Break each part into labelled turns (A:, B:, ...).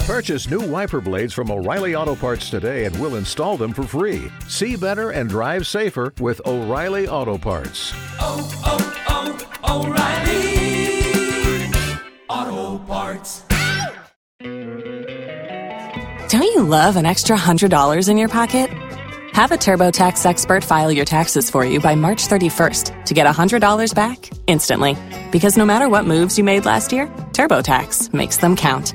A: Purchase new wiper blades from O'Reilly Auto Parts today and we'll install them for free. See better and drive safer with O'Reilly Auto Parts.
B: oh, oh, O'Reilly Auto Parts.
C: Don't you love an extra $100 in your pocket? Have a TurboTax expert file your taxes for you by March 31st to get $100 back instantly. Because no matter what moves you made last year, TurboTax makes them count.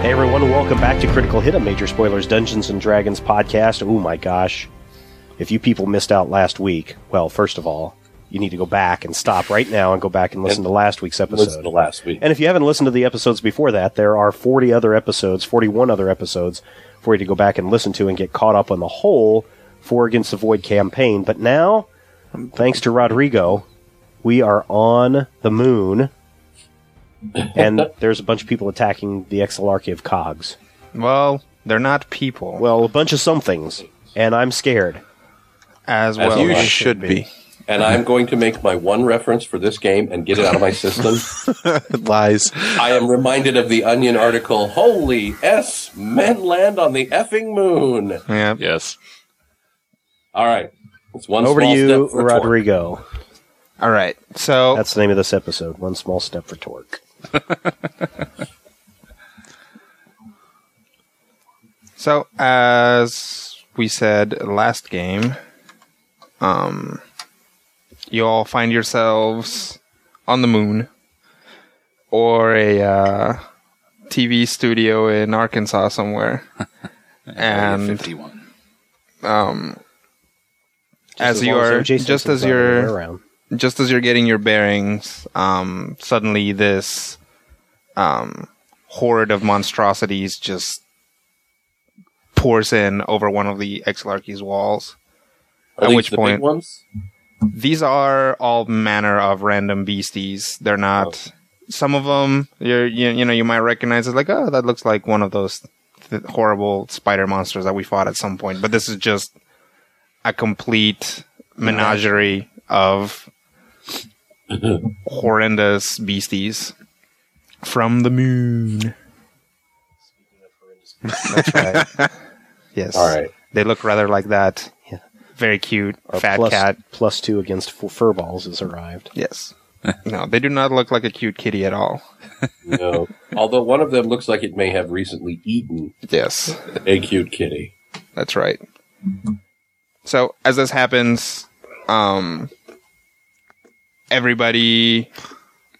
D: Hey everyone, welcome back to Critical Hit, a Major Spoilers Dungeons and Dragons podcast. Oh my gosh. If you people missed out last week, well, first of all, you need to go back and stop right now and go back and listen to last week's episode.
E: Listen to last week.
D: And if you haven't listened to the episodes before that, there are 40 other episodes, 41 other episodes for you to go back and listen to and get caught up on the whole For Against the Void campaign. But now, thanks to Rodrigo, we are on the moon. and there's a bunch of people attacking the Exelarchy of Cogs.
F: Well, they're not people.
D: Well, a bunch of somethings, and I'm scared.
F: as
E: as
F: well,
E: you
F: I
E: should be. And I'm going to make my one reference for this game and get it out of my system.
G: lies.
E: I am reminded of the Onion article. Holy S, men land on the effing moon.
F: Yeah.
G: Yes.
E: All right, it's one
D: Over to
E: small
D: you,
E: step for Torque.
D: Rodrigo.
F: All right. So
D: That's the name of this episode. One small step for torque.
F: so as we said last game, um, you all find yourselves on the moon or a uh, TV studio in Arkansas somewhere, and
H: 51.
F: um, as
D: long
F: you
D: as
F: are,
D: no Jason
F: just as
D: Simpson's not
F: you're.
D: running around.
F: just as you're getting your bearings, um, suddenly this um, horde of monstrosities just pours in over one of the Exilarchy's walls.
E: Are
F: At
E: these
F: which
E: the
F: point-
E: big ones?
F: These are all manner of random beasties. They're not. Some of them, you're, you you know, you might recognize as like, oh, that looks like one of those th- horrible spider monsters that we fought at some point. But this is just a complete menagerie of horrendous beasties from the moon. That's right. yes.
E: All right.
F: They look rather like that.
D: Yeah.
F: Very cute.
D: Our
F: fat
D: plus-
F: cat.
D: plus two against f- furballs has arrived.
F: Yes. no, they do not look like a cute kitty at all.
E: No. Although one of them looks like it may have recently eaten
F: Yes,
E: a cute kitty.
F: that's right. So as this happens, um, everybody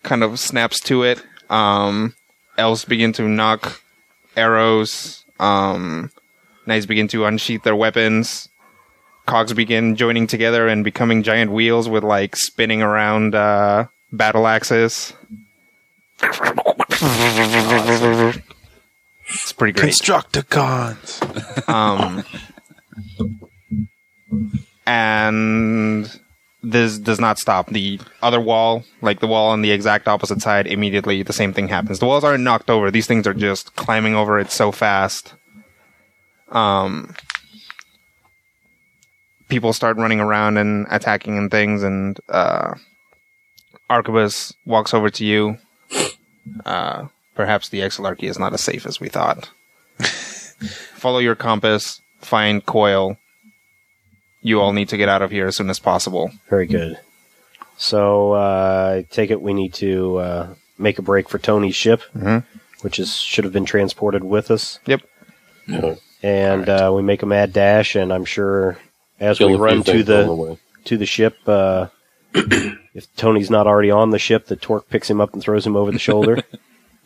F: kind of snaps to it. Um, elves begin to knock arrows. Um, knights begin to unsheath their weapons. Cogs begin joining together and becoming giant wheels with like spinning around uh, battle axes. It's pretty great.
G: Constructicons.
F: Um, and this does not stop. The other wall, like the wall on the exact opposite side, immediately the same thing happens. The walls aren't knocked over. These things are just climbing over it so fast. Um, people start running around and attacking and things, and uh, Archibus walks over to you. Uh, perhaps the Exilarchy is not as safe as we thought follow your compass, find Coil. You all need to get out of here as soon as possible.
D: Very good. So uh, I take it we need to uh, make a break for Tony's ship,
F: Mhm.
D: which is should have been transported with us.
F: Yep.
E: No.
D: And uh, we make a mad dash, and I'm sure as
E: Kill
D: we
E: a few
D: run to
E: things
D: the
E: on way.
D: to the ship. Uh, if Tony's not already on the ship, the torque picks him up and throws him over the shoulder.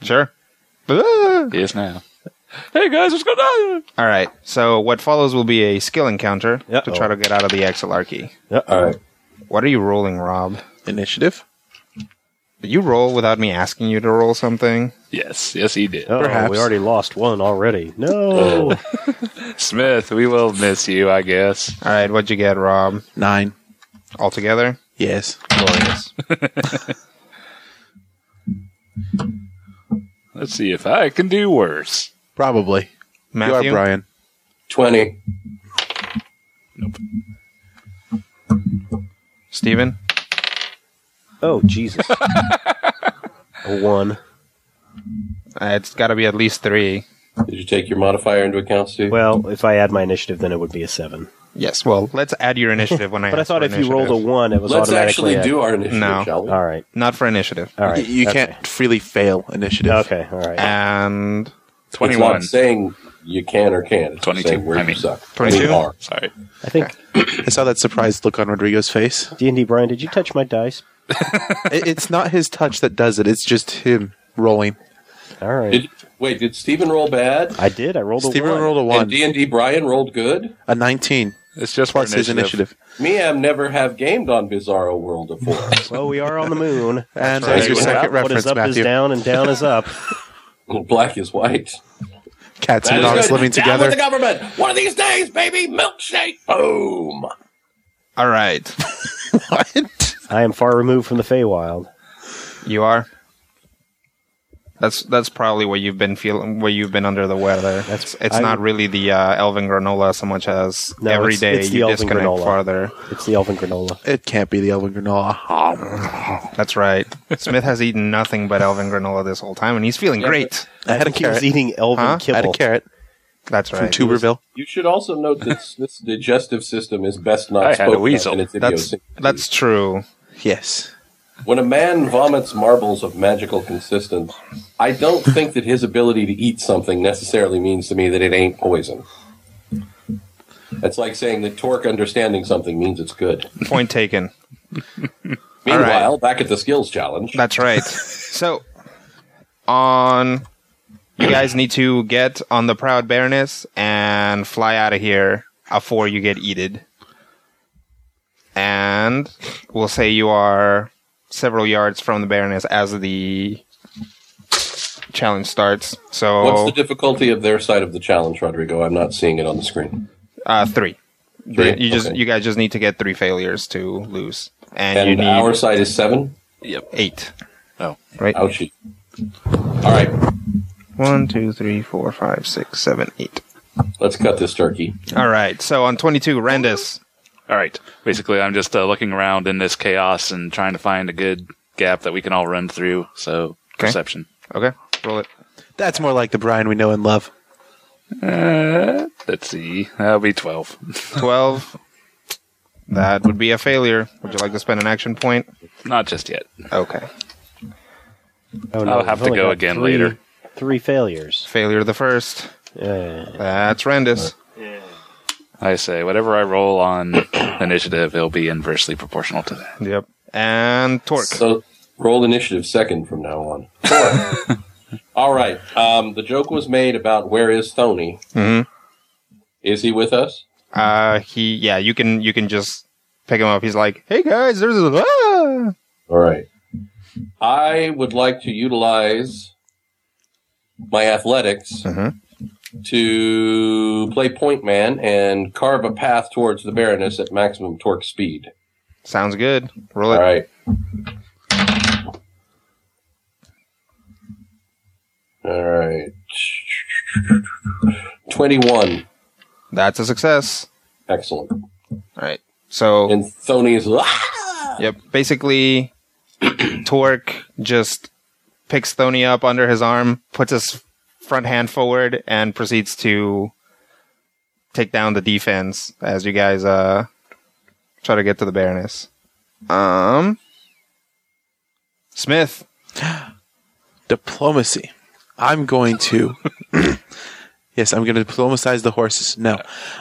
F: Sure.
I: Ah.
F: all
H: He is now. Hey guys, what's going on?
F: right. So what follows will be a skill encounter to
D: Uh-oh.
F: try to get out of the Exilarchy.
E: All right.
F: What are you rolling, Rob?
G: Initiative.
F: Did you roll without me asking you to roll something?
G: Yes, yes, he did.
I: Oh, we
J: Perhaps.
I: already lost one already. No.
G: Smith, we will miss you, I guess.
F: All right, what'd you get, Rob?
J: Nine.
F: All together?
J: Yes.
F: Glorious.
G: Let's see if I can do worse.
J: Probably.
F: Matthew?
J: You are Brian.
E: 20.
F: Steven?
I: oh, Jesus. A one.
F: Uh, it's got to be at least three.
E: Did you take your modifier into account, Steve?
I: Well, if I add my initiative, then it would be a seven.
F: Yes, well, let's add your initiative when I
I: But I
F: ask
I: thought
F: for
I: if you rolled a
F: initiative.
I: one, it was
E: Let's
I: automatically.
E: actually
I: a-
E: do our initiative,
F: No.
E: shall we?
I: All right.
F: Not for initiative.
I: All right.
J: You
I: okay.
J: can't freely fail initiative.
I: Okay. All right.
F: And
E: It's not
G: 21.
E: saying you can or can't. It's
G: 22,
E: saying where
G: I
E: you
G: mean.
E: suck. I mean,
F: 22?
E: are.
G: Sorry.
I: I think
J: I saw that surprised look on Rodrigo's face.
I: D and D Brian, did you touch my dice?
J: It- it's not his touch that does it. It's just him rolling.
I: All right.
E: Did, wait, did Steven roll bad?
I: I did. I rolled a
J: Steven
I: one.
J: rolled a
E: And
J: one,
E: D&D Brian rolled good?
J: a nineteen
G: It's just for
J: plus his
G: initiative.
J: initiative,
E: Miam never have gamed on Bizarro World before.
I: well, we are on the moon.
J: and
E: right.
J: there's your
E: What is
J: second
I: What
J: reference,
I: is up is
J: Matthew.
I: down, and down is up.
E: Black is white.
J: Cats
E: That
J: and
E: is
J: dogs
E: good.
J: living
E: Down
J: together.
E: with the government. One of these days, baby, milkshake. Boom.
F: all right,
J: what?
I: I am far removed from the Feywild.
F: you are. That's that's probably where you've been feeling, where you've been under the weather. That's, it's
I: I-
F: not really the uh, elven granola so much as
I: No,
F: every
I: it's-
F: day
I: it's the
F: you
I: elven
F: disconnect
I: granola.
F: farther.
I: It's the Elven granola.
J: It can't be the elven granola.
F: That's right. Smith has eaten nothing but elven granola this whole time, and he's feeling great.
J: I had a
I: think he was
J: carrot.
I: eating Elven
F: Huh?
J: I had a
I: kibble.
J: carrot
F: That's
J: from
F: right.
J: Tuberville.
E: You should also note that Smith's digestive system is best not
G: I had a
E: spoken of
G: weasel.
E: in its
F: That's
E: idiosyncrasies.
F: that's true.
J: Yes.
E: When a man vomits marbles of magical consistence, I don't think that his ability to eat something necessarily means to me that it ain't poison. That's like saying that Torque understanding something means it's good.
F: Point taken.
E: Meanwhile, back at the skills challenge,
F: That's right. so, on you guys need to get on the proud baroness and fly out of here before you get eaten. And we'll say you are several yards from the baroness as the challenge starts.
E: what's
F: So
E: the difficulty of their side of the challenge, Rodrigo? I'm not seeing it on the screen.
F: uh, three.
E: Three?
F: You just
E: Okay.
F: you guys just need to get three failures to lose, and,
E: and
F: you need
E: our side is seven.
G: Yep.
F: eight.
G: Oh.
F: right.
E: Ouchie. All right,
F: One, two, three, four, five, six, seven, eight.
E: let's cut this turkey.
F: All right. So on twenty-two, Rendis.
G: All right. Basically, I'm just uh, looking around in this chaos and trying to find a good gap that we can all run through. So,
F: Okay.
G: perception.
F: Okay, roll it.
J: That's more like the Brian we know and love.
G: Uh, let's see. That'll be 12.
F: 12. That would be a failure. Would you like to spend an action point?
G: Not just yet.
F: Okay.
I: Oh, no,
G: I'll
I: we've
G: have to
I: only
G: go
I: got
G: again
I: three-
G: later.
I: Three failures.
F: Failure the first.
D: Uh,
I: Yeah.
F: That's Rendis.
G: I say, whatever I roll on initiative, it'll be inversely proportional to that.
F: Yep. And Torque.
E: So roll initiative second from now on. Four. All right. Um, the joke was made about where is Tony?
F: Mhm.
E: Is he with us?
F: Uh, he, yeah, you can, you can just pick him up. He's like, hey guys, there's a, ah!
E: All right. I would like to utilize my athletics
F: Mhm.
E: to play point man and carve a path towards the Baroness at maximum torque speed.
F: Sounds good. Roll it.
E: All right. All right. 21.
F: That's a success.
E: Excellent.
F: All right. So,
E: And Sony is "Ah!"
F: Yep. Basically, Torque just picks Thony up under his arm, puts his front hand forward, and proceeds to take down the defense as you guys uh try to get to the Baroness. Um, Smith.
J: Diplomacy. I'm going to. yes, I'm going to diplomatize the horses. No,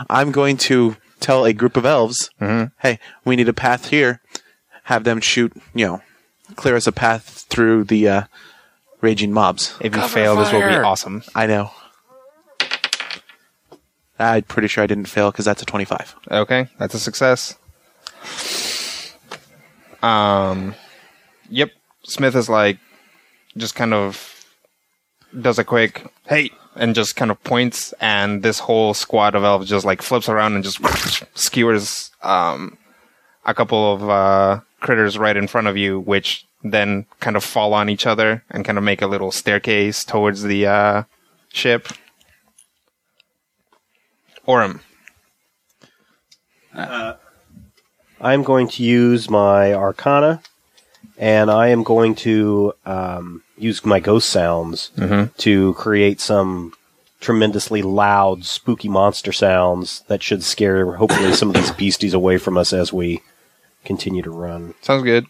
J: I'm going to tell a group of elves, "Hey, we need a path here." Have them shoot. You know, clear us a path through the uh, raging mobs.
F: If you fail, this will be awesome.
J: I know. I'm pretty sure I didn't fail because that's a 25.
F: Okay, that's a success. Um, yep. Smith is like just kind of does a quick hey and just kind of points, and this whole squad of elves just like flips around and just skewers um, a couple of uh, critters right in front of you, which then kind of fall on each other and kind of make a little staircase towards the uh, ship. Orem.
D: I'm going to use my Arcana, and I am going to um, use my ghost sounds
J: Mm-hmm.
D: to create some tremendously loud, spooky monster sounds that should scare, hopefully, some of these beasties away from us as we continue to run.
F: Sounds good.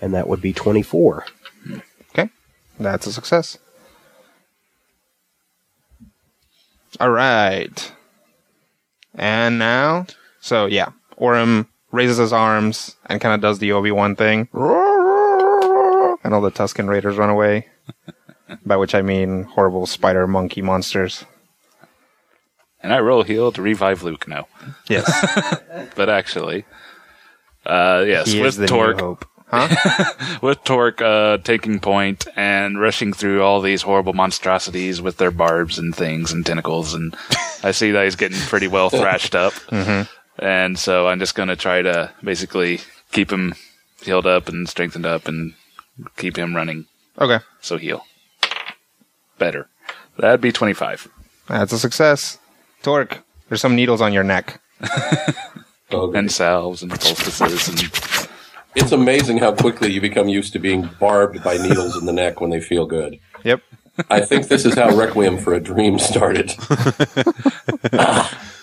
D: And that would be 24.
F: Okay. That's a success. All right. And now, so yeah, Orem raises his arms and kind of does the Obi Wan thing. And all the Tusken Raiders run away. By which I mean horrible spider monkey monsters.
G: And I roll heal to revive Luke now.
F: Yes.
G: But actually, uh, yes,
F: he is the
G: with Torque,
F: new hope. Huh?
G: with Torque uh, taking point and rushing through all these horrible monstrosities with their barbs and things and tentacles, and I see that he's getting pretty well thrashed up,
F: Mm-hmm.
G: and so I'm just going to try to basically keep him healed up and strengthened up and keep him running
F: okay.
G: so heal better. That'd be 25.
F: That's a success. Torque, there's some needles on your neck.
E: Oh,
G: And salves and poultices and
E: It's amazing how quickly you become used to being barbed by needles in the neck when they feel good.
F: Yep.
E: I think this is how Requiem for a Dream started.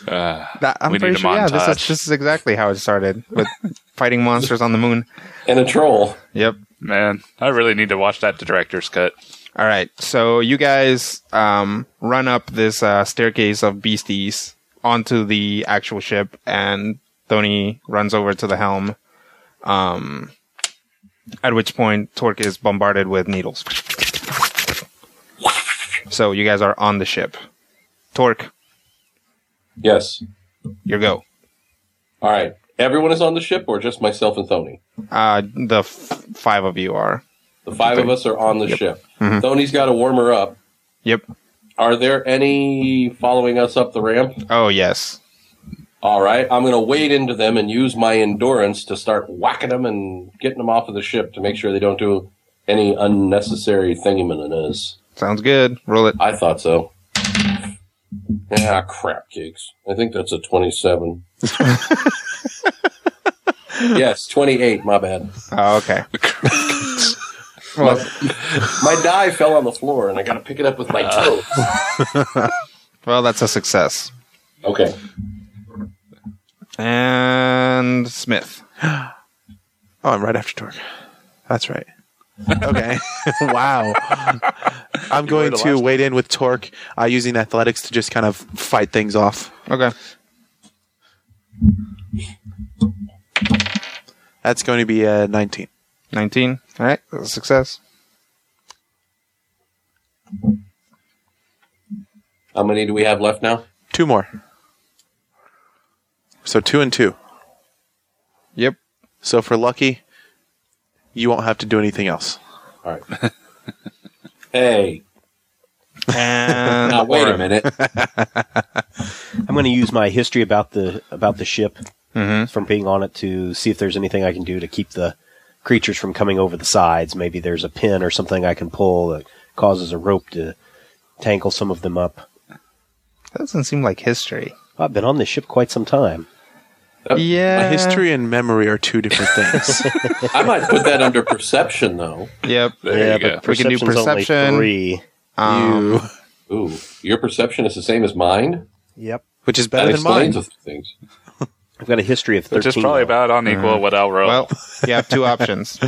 F: That, I'm
G: We
F: pretty
G: need a
F: sure, yeah, this is,
G: montage.
F: this is exactly how it started with fighting monsters on the moon.
E: And a troll.
F: Yep.
G: man, I really need to watch that director's cut.
F: All right. So you guys um, run up this uh, staircase of beasties onto the actual ship, and Tony runs over to the helm. Um, at which point, Torque is bombarded with needles. So you guys are on the ship. Torque,
E: Yes.
F: your go.
E: All right. Everyone is on the ship, or just myself and Tony?
F: Uh, the f- five of you are.
E: The five of us are on the ship. Tony's got to warm her up.
F: Yep.
E: Are there any following us up the ramp?
F: Oh yes.
E: All right. I'm going to wade into them and use my endurance to start whacking them and getting them off of the ship to make sure they don't do any unnecessary thingamaninas.
F: Sounds good. Roll it.
E: I thought so. Ah, crap cakes. I think that's a 27. yes, 28. My bad.
F: Oh, okay.
E: My die fell on the floor and I got to pick it up with my toe.
F: Well, that's a success.
E: Okay.
F: And Smith.
J: Oh, I'm right after Torque. That's right. Okay. wow. I'm going
G: the
J: to
G: last
J: wade in with Torque uh, using athletics to just kind of fight things off.
F: Okay.
J: That's going to be uh, 19.
F: 19. All right. That's a success.
E: How many do we have left now?
J: Two more. So two and two.
F: Yep.
J: So for Lucky, you won't have to do anything else.
E: All right. hey.
F: And
E: Now, wait a minute.
D: I'm going to use my history about the about the ship from being on it to see if there's anything I can do to keep the creatures from coming over the sides. Maybe there's a pin or something I can pull that causes a rope to tangle some of them up.
F: doesn't seem like history.
D: I've been on this ship quite some time.
F: Yeah.
J: Uh, History and memory are two different things.
E: I might put that under perception, though.
F: Yep.
G: There you go.
F: We can do
D: Perception's only
F: perception.
D: three.
F: Um,
E: Ooh, your perception is the same as mine.
D: Yep.
J: Which is
E: That
J: better than mine.
E: explains a few things.
D: I've got a history of 13.
G: Which is probably
D: now.
G: about unequal what I'll roll.
F: well, you have two options.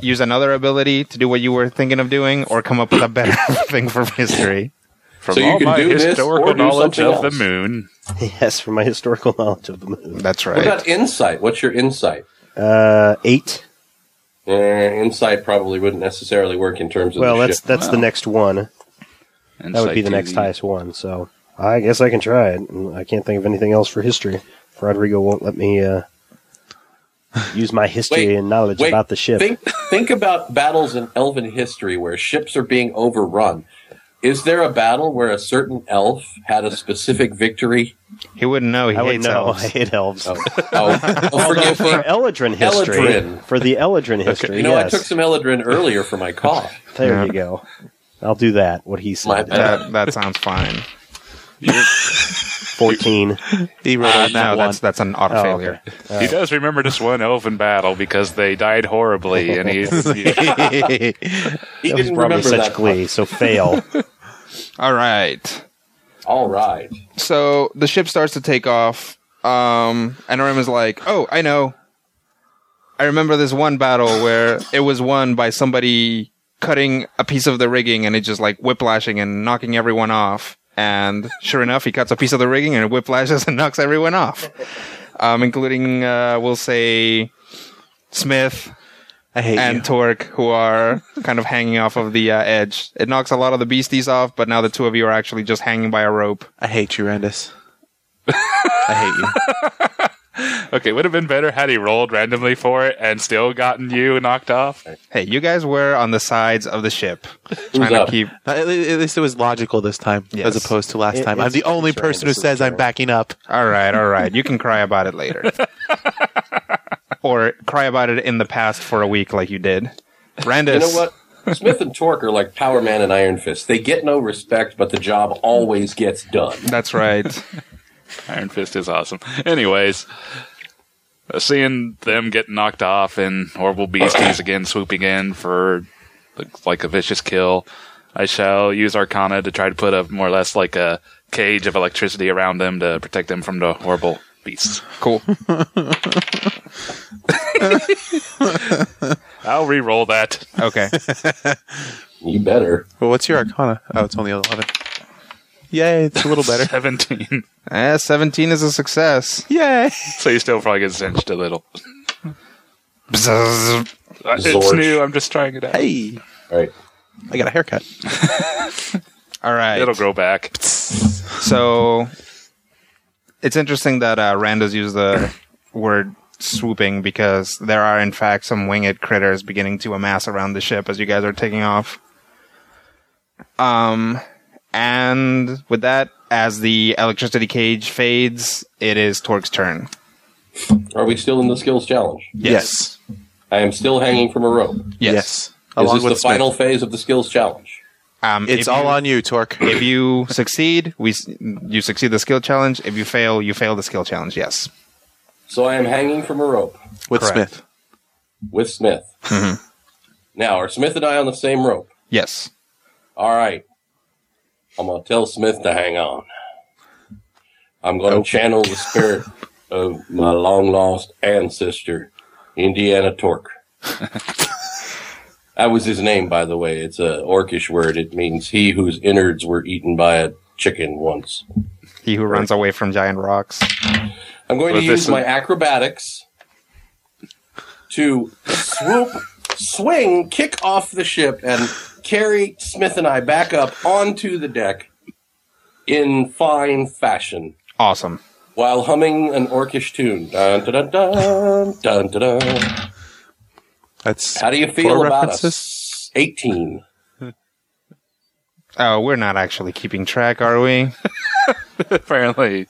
F: Use another ability to do what you were thinking of doing, or come up with a better thing for history.
G: From
E: so you
G: all
E: can
G: my
E: do this or
G: historical
E: do
G: knowledge
E: something
G: of the
E: else.
G: moon,
D: Yes, for my historical knowledge of the moon.
F: That's
E: What
F: right.
E: about insight? What's your insight?
D: Uh, eight.
E: Eh, insight probably wouldn't necessarily work in terms of
D: Well,
E: the
D: that's
E: ship.
D: that's the next one.
G: and
D: That would be the
G: Psyche
D: next highest one. So I guess I can try it. I can't think of anything else for history. Rodrigo won't let me uh,
I: Use my history and knowledge
E: wait,
I: about the ship.
E: Think, think about battles in elven history where ships are being overrun. Is there a battle where a certain elf had a specific victory?
F: He wouldn't know. He
I: I would
F: hates
I: know.
F: elves.
I: I hate elves.
E: Oh, oh, oh, forgive me.
I: For Eladrin history.
E: Eladrin.
I: For the Eladrin history.
E: You know,
I: yes.
E: I took some Eladrin earlier for my cough.
I: There you go. I'll do that. What he
E: My
I: said.
E: bad.
F: That, that sounds fine.
I: Fourteen.
J: He wrote
F: Uh,
J: on that
F: no,
J: one.
F: that's that's an auto
I: Oh,
F: failure.
I: okay.
G: He does remember this one elven battle because they died horribly, and he,
E: He
G: he-
I: That was
E: didn't
I: probably
E: remember
I: such
E: that.
I: glee. So fail.
F: All right.
E: All right.
F: So the ship starts to take off. Um, and Rem is like, "Oh, I know. I remember this one battle where it was won by somebody cutting a piece of the rigging and it just like whiplashing and knocking everyone off. And sure enough, he cuts a piece of the rigging and it whiplashes and knocks everyone off, um, including uh, we'll say Smith,
J: I hate
F: and
J: you.
F: Torque, who are kind of hanging off of the uh, edge. It knocks a lot of the beasties off, but now the two of you are actually just hanging by a rope.
J: I hate you, Randus. I hate you.
G: okay, would have been better had he rolled randomly for it and still gotten you knocked off.
F: Hey, you guys were on the sides of the ship, trying
E: up?
F: to keep.
J: Now, At le- at least it was logical this time,
F: Yes.
J: as opposed to last
I: It-
J: time. I'm
I: it's-
J: the only
I: it's right,
J: person who
I: this is
J: says I'm
I: right.
J: backing up.
F: All right, all right. You can cry about it later, or cry about it in the past for a week, like you did. Brandis,
E: You know what? Smith and Torque are like Power Man and Iron Fist. They get no respect, but the job always gets done.
F: That's right.
G: Iron Fist is awesome. Anyways, uh, seeing them get knocked off and horrible beasties again swooping in for like- like a vicious kill, I shall use Arcana to try to put up more or less like a cage of electricity around them to protect them from the horrible beasts.
F: Cool.
G: I'll re-roll that.
F: Okay.
E: You better.
J: Well, what's your Arcana? Oh, it's only eleven. Yay, it's a little better.
G: Seventeen.
F: Eh, Seventeen is a success.
J: Yay!
G: So you still probably get cinched a little.
F: Bzzz.
G: Uh, It's
E: Zorch.
G: new. I'm just trying it out.
J: Hey,
E: All right.
J: I got a haircut.
F: All right.
G: It'll grow back.
F: So it's interesting that uh, Randos used the word swooping because there are, in fact, some winged critters beginning to amass around the ship as you guys are taking off. Um, and with that, as the electricity cage fades, it is Torque's turn.
E: Are we still in the skills challenge?
J: Yes.
E: I am still hanging from a rope.
J: Yes.
E: Is
J: Along
E: this
J: with
E: the
J: Smith.
E: final phase of the skills challenge?
F: Um,
J: It's
F: if
J: all
F: you-
J: on you, Torque.
F: If you succeed, we s- you succeed the skill challenge. If you fail, you fail the skill challenge. Yes.
E: So I am hanging from a rope
J: With
F: Correct.
J: Smith.
E: with Smith.
J: Mm-hmm.
E: Now, are Smith and I on the same rope?
F: Yes.
E: All right. I'm going to tell Smith to hang on. I'm going to channel the spirit of my long lost ancestor, Indiana Torque. that was his name, by the way. It's a orcish word. It means he whose innards were eaten by a chicken once.
F: He who runs away from giant rocks.
E: I'm going
G: Was
E: to
G: this
E: use my
G: an-
E: acrobatics to swoop, swing, kick off the ship, and carry Smith and I back up onto the deck in fine fashion
F: Awesome.
E: while humming an orcish tune. Dun, dun, dun, dun, dun, dun, dun.
J: That's
E: How do you feel
J: Core
E: about
J: references?
E: us? 18.
F: Oh, we're not actually keeping track, are we?
G: Apparently,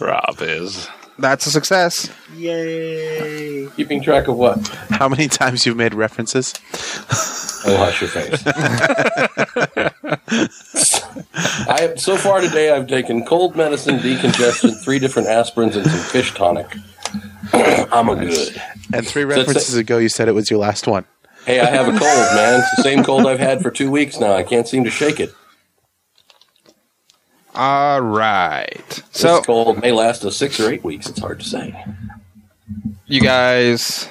G: Rob is.
F: That's a success.
E: Keeping track of what?
J: How many times you've made references?
E: Oh, hush your face. I have, so far today, I've taken cold medicine, decongestion, three different aspirins, and some fish tonic. I'm a good.
J: And three references ago, you said it was your last one.
E: Hey, I have a cold, man. It's the same cold I've had for two weeks now. I can't seem to shake it.
F: All right.
E: So,
F: So
E: this cold may last us six or eight weeks. It's hard to say.
F: you guys,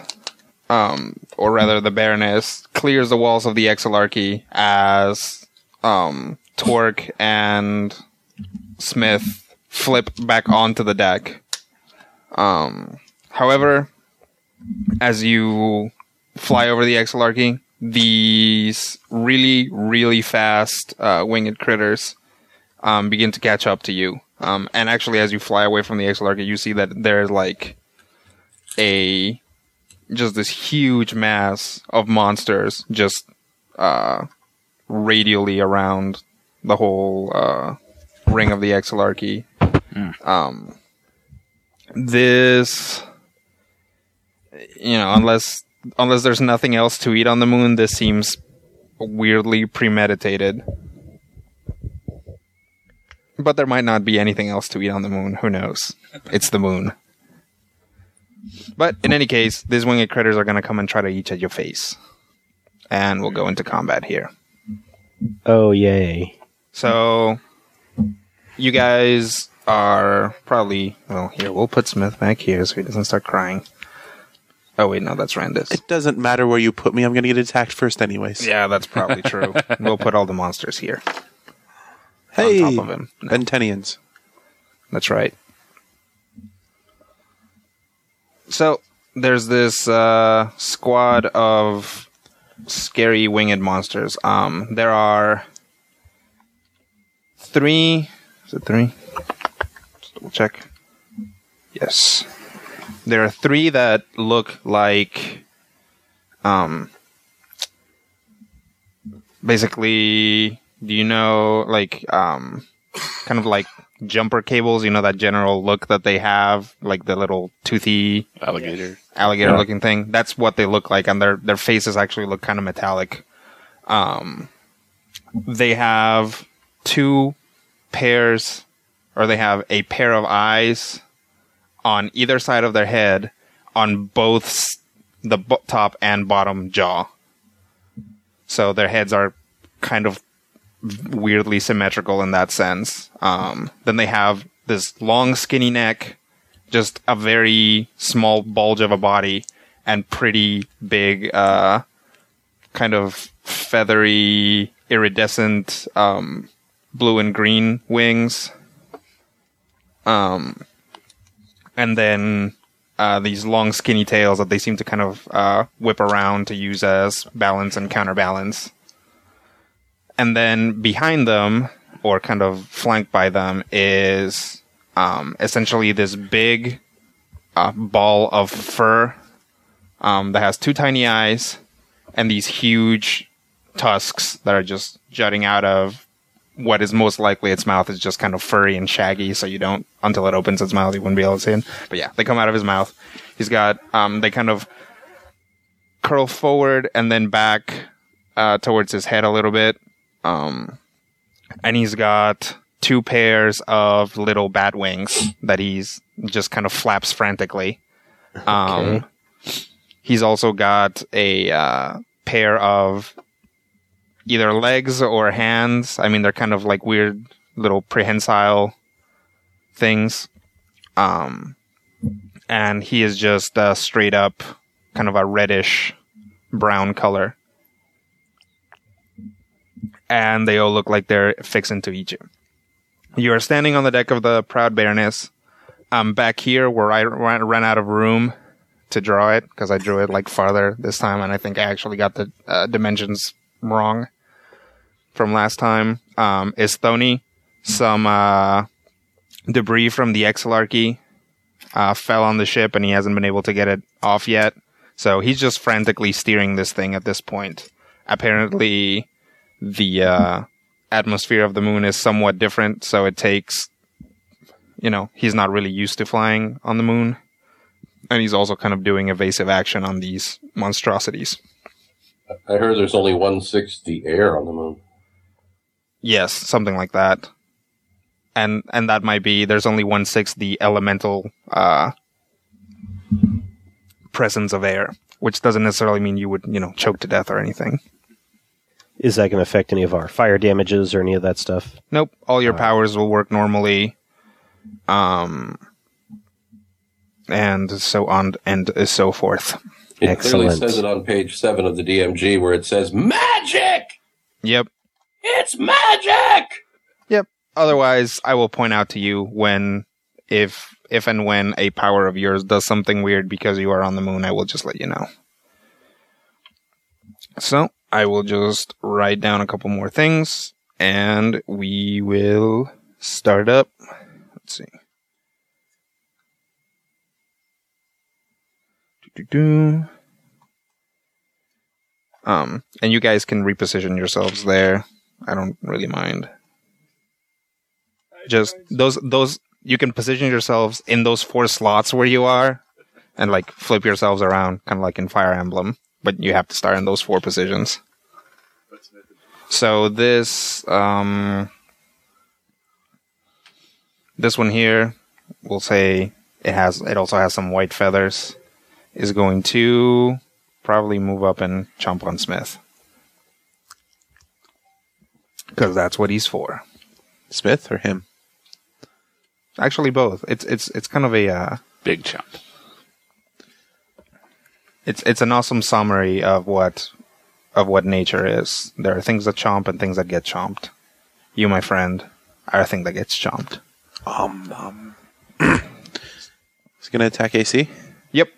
F: um, or rather, the Baroness clears the walls of the Exelarchy as um, Torque and Smith flip back onto the deck. Um, however, as you fly over the Exelarchy, these really, really fast uh, winged critters um, begin to catch up to you. Um, and actually, as you fly away from the Exelarchy, you see that there's like a just this huge mass of monsters just uh, radially around the whole uh, ring of the Exilarchy. Um, this, you know, unless unless there's nothing else to eat on the moon, this seems weirdly premeditated. But there might not be anything else to eat on the moon. Who knows? It's the moon. But in any case, these winged critters are going to come and try to eat at your face. And we'll go into combat here.
I: Oh, yay.
F: So, you guys are probably. Well, here, we'll put Smith back here so he doesn't start crying. Oh, wait, no, that's Randis.
J: It doesn't matter where you put me. I'm going to get attacked first, anyways.
F: Yeah, that's probably true. we'll put all the monsters here.
J: Hey,
F: on top of him. No,
J: Bentenians.
F: that's right. So there's this uh, squad of scary winged monsters. Um, there are three. Is it three? Just double check. Yes, there are three that look like, um, basically. Do you know like um, kind of like jumper cables? You know that general look that they have, like the little toothy
G: Alligator.
F: alligator looking thing. That's what they look like, and their their faces actually look kind of metallic. Um, they have two pairs, or they have a pair of eyes on either side of their head, on both s- the bo- top and bottom jaw. So their heads are kind of weirdly symmetrical in that sense. Um, then they have this long, skinny neck just a very small bulge of a body and pretty big uh kind of feathery iridescent um blue and green wings um and then uh, these long skinny tails that they seem to kind of uh, whip around to use as balance and counterbalance and then behind them or kind of flanked by them is um, essentially this big uh, ball of fur um, that has two tiny eyes and these huge tusks that are just jutting out of what is most likely its mouth is just kind of furry and shaggy, so you don't until it opens its mouth you wouldn't be able to see it. But yeah, they come out of his mouth. He's got um, they kind of curl forward and then back uh, towards his head a little bit. Um, and he's got two pairs of little bat wings that he's just kind of flaps frantically. Um, He's also got a uh, pair of either legs or hands. I mean, they're kind of like weird little prehensile things. Um, and he is just uh, straight up kind of a reddish brown color and they all look like they're fixing to eat you. You are standing on the deck of the Proud Baroness. I'm back here where I ran, ran out of room to draw it because I drew it like farther this time, and I think I actually got the uh, dimensions wrong from last time. Um, is Thony some uh, debris from the Exilarchy uh, fell on the ship, and he hasn't been able to get it off yet. So he's just frantically steering this thing at this point. Apparently, the uh, atmosphere of the moon is somewhat different, so it takes, you know, he's not really used to flying on the moon. And he's also kind of doing evasive action on these monstrosities.
E: I heard there's only one sixth the air on the moon.
F: Yes, something like that. And and that might be there's only one sixth the elemental uh, presence of air, which doesn't necessarily mean you would you know choke to death or anything.
I: Is that going to affect any of our fire damages or any of that stuff?
F: Nope. All your powers will work normally. Um, and so on and so forth.
E: It
I: Excellent.
E: clearly says it on page seven of the DMG where it says magic.
F: Yep.
E: It's magic.
F: Yep. Otherwise, I will point out to you when, if, if and when a power of yours does something weird because you are on the moon, I will just let you know. So I will just write down a couple more things and we will start up. Let's see. Do-do-do. Um, and you guys can reposition yourselves there. I don't really mind. Just those those you can position yourselves in those four slots where you are, and like flip yourselves around, kind of like in Fire Emblem. But you have to start in those four positions. So this um, this one here, we'll say it has it also has some white feathers. Is going to probably move up and chomp on Smith. Because that's what he's for.
J: Smith or him?
F: Actually, both. It's it's it's kind of a uh,
G: Big chump.
F: it's it's an awesome summary of what of what nature is. There are things that chomp and things that get chomped. You, my friend, are a thing that gets chomped.
J: Um, um. He's gonna attack AC.
F: Yep.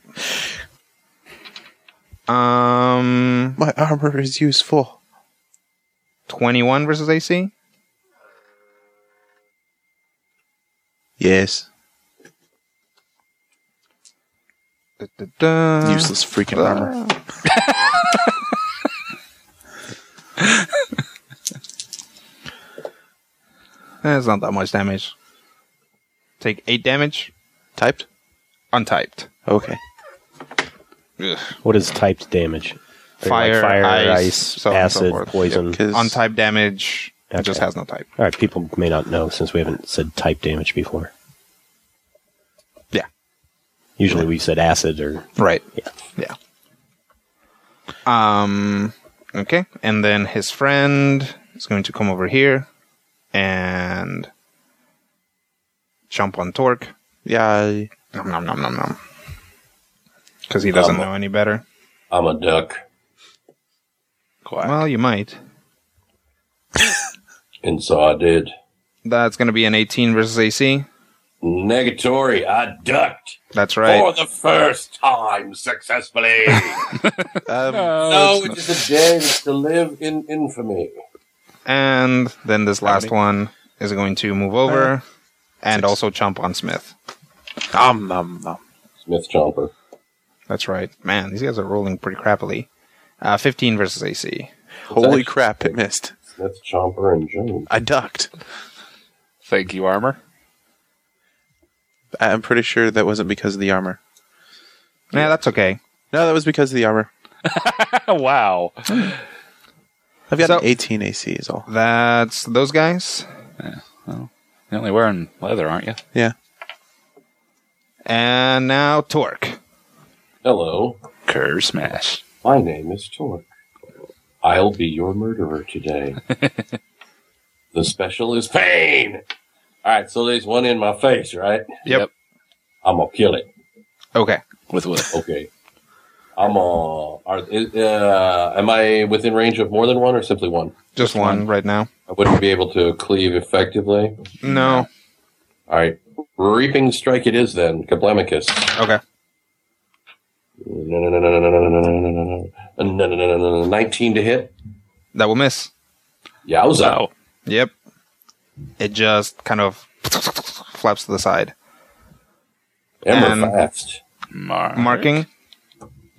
F: Um,
J: My armor is useful.
F: twenty-one versus AC.
J: Yes.
F: Da-da-da.
J: Useless freaking armor.
F: That's not that much damage. Take eight damage,
J: Typed?
F: untyped.
J: Okay.
I: What is typed damage? Are you like
F: Fire,
D: fire,
F: ice,
D: ice,
F: so on and so
D: acid,
F: forth.
D: poison.
J: Because
F: Untyped damage it
D: Okay.
F: just has no type.
D: All right, people may not know since we haven't said type damage before.
F: Yeah.
D: Usually we said acid or
F: Right.
D: Yeah.
F: Yeah. Um. Okay. And then his friend is going to come over here and jump on Torque.
J: Yeah.
F: Nom nom nom nom nom. Because he doesn't
E: Um,
F: know any better.
E: I'm a duck.
F: Well, you might.
E: And so I did.
F: That's going to be an 18 versus AC.
E: Negatory, I ducked
F: That's right.
E: for the first time successfully.
J: Um,
E: no, it is a day to live in infamy.
F: And then this last one is going to move over and also chomp on Smith.
J: um, um, um.
E: Smith Chomper.
F: That's right. Man, these guys are rolling pretty crappily. Uh, 15 versus AC.
J: Holy crap, it missed.
E: Smith Chomper and Jones.
J: I ducked.
G: Thank you, armor.
J: I- I'm pretty sure that wasn't because of the armor.
F: Yeah, that's okay.
J: No, that was because of the armor.
G: Oh, wow.
J: I've got
F: So-
J: an 18 AC is all.
F: That's those guys.
G: You're only wearing leather, aren't you?
J: Yeah.
F: And now Torque.
E: Hello,
G: Curve smash.
E: my name is Torque. I'll be your murderer today. the special is pain. All right, so there's one in my face, right?
F: Yep.
E: I'm gonna kill it.
F: Okay.
G: With what?
E: Okay. I'm uh, are, is, uh, am I within range of more than one or simply one?
F: Just one right now.
E: I wouldn't be able to cleave effectively.
F: No.
E: All right. Reaping strike it is then. Kablamicus.
F: Okay.
E: No, no, no, no, no, no, no, no, no, no, no, no, no, no, no, no, no. 19 to hit.
F: That will miss.
E: Yowza.
G: Oh,
F: Yep. It just kind of flaps to the side.
E: Ember
F: Um,
E: fast.
G: Mark.
F: Marking.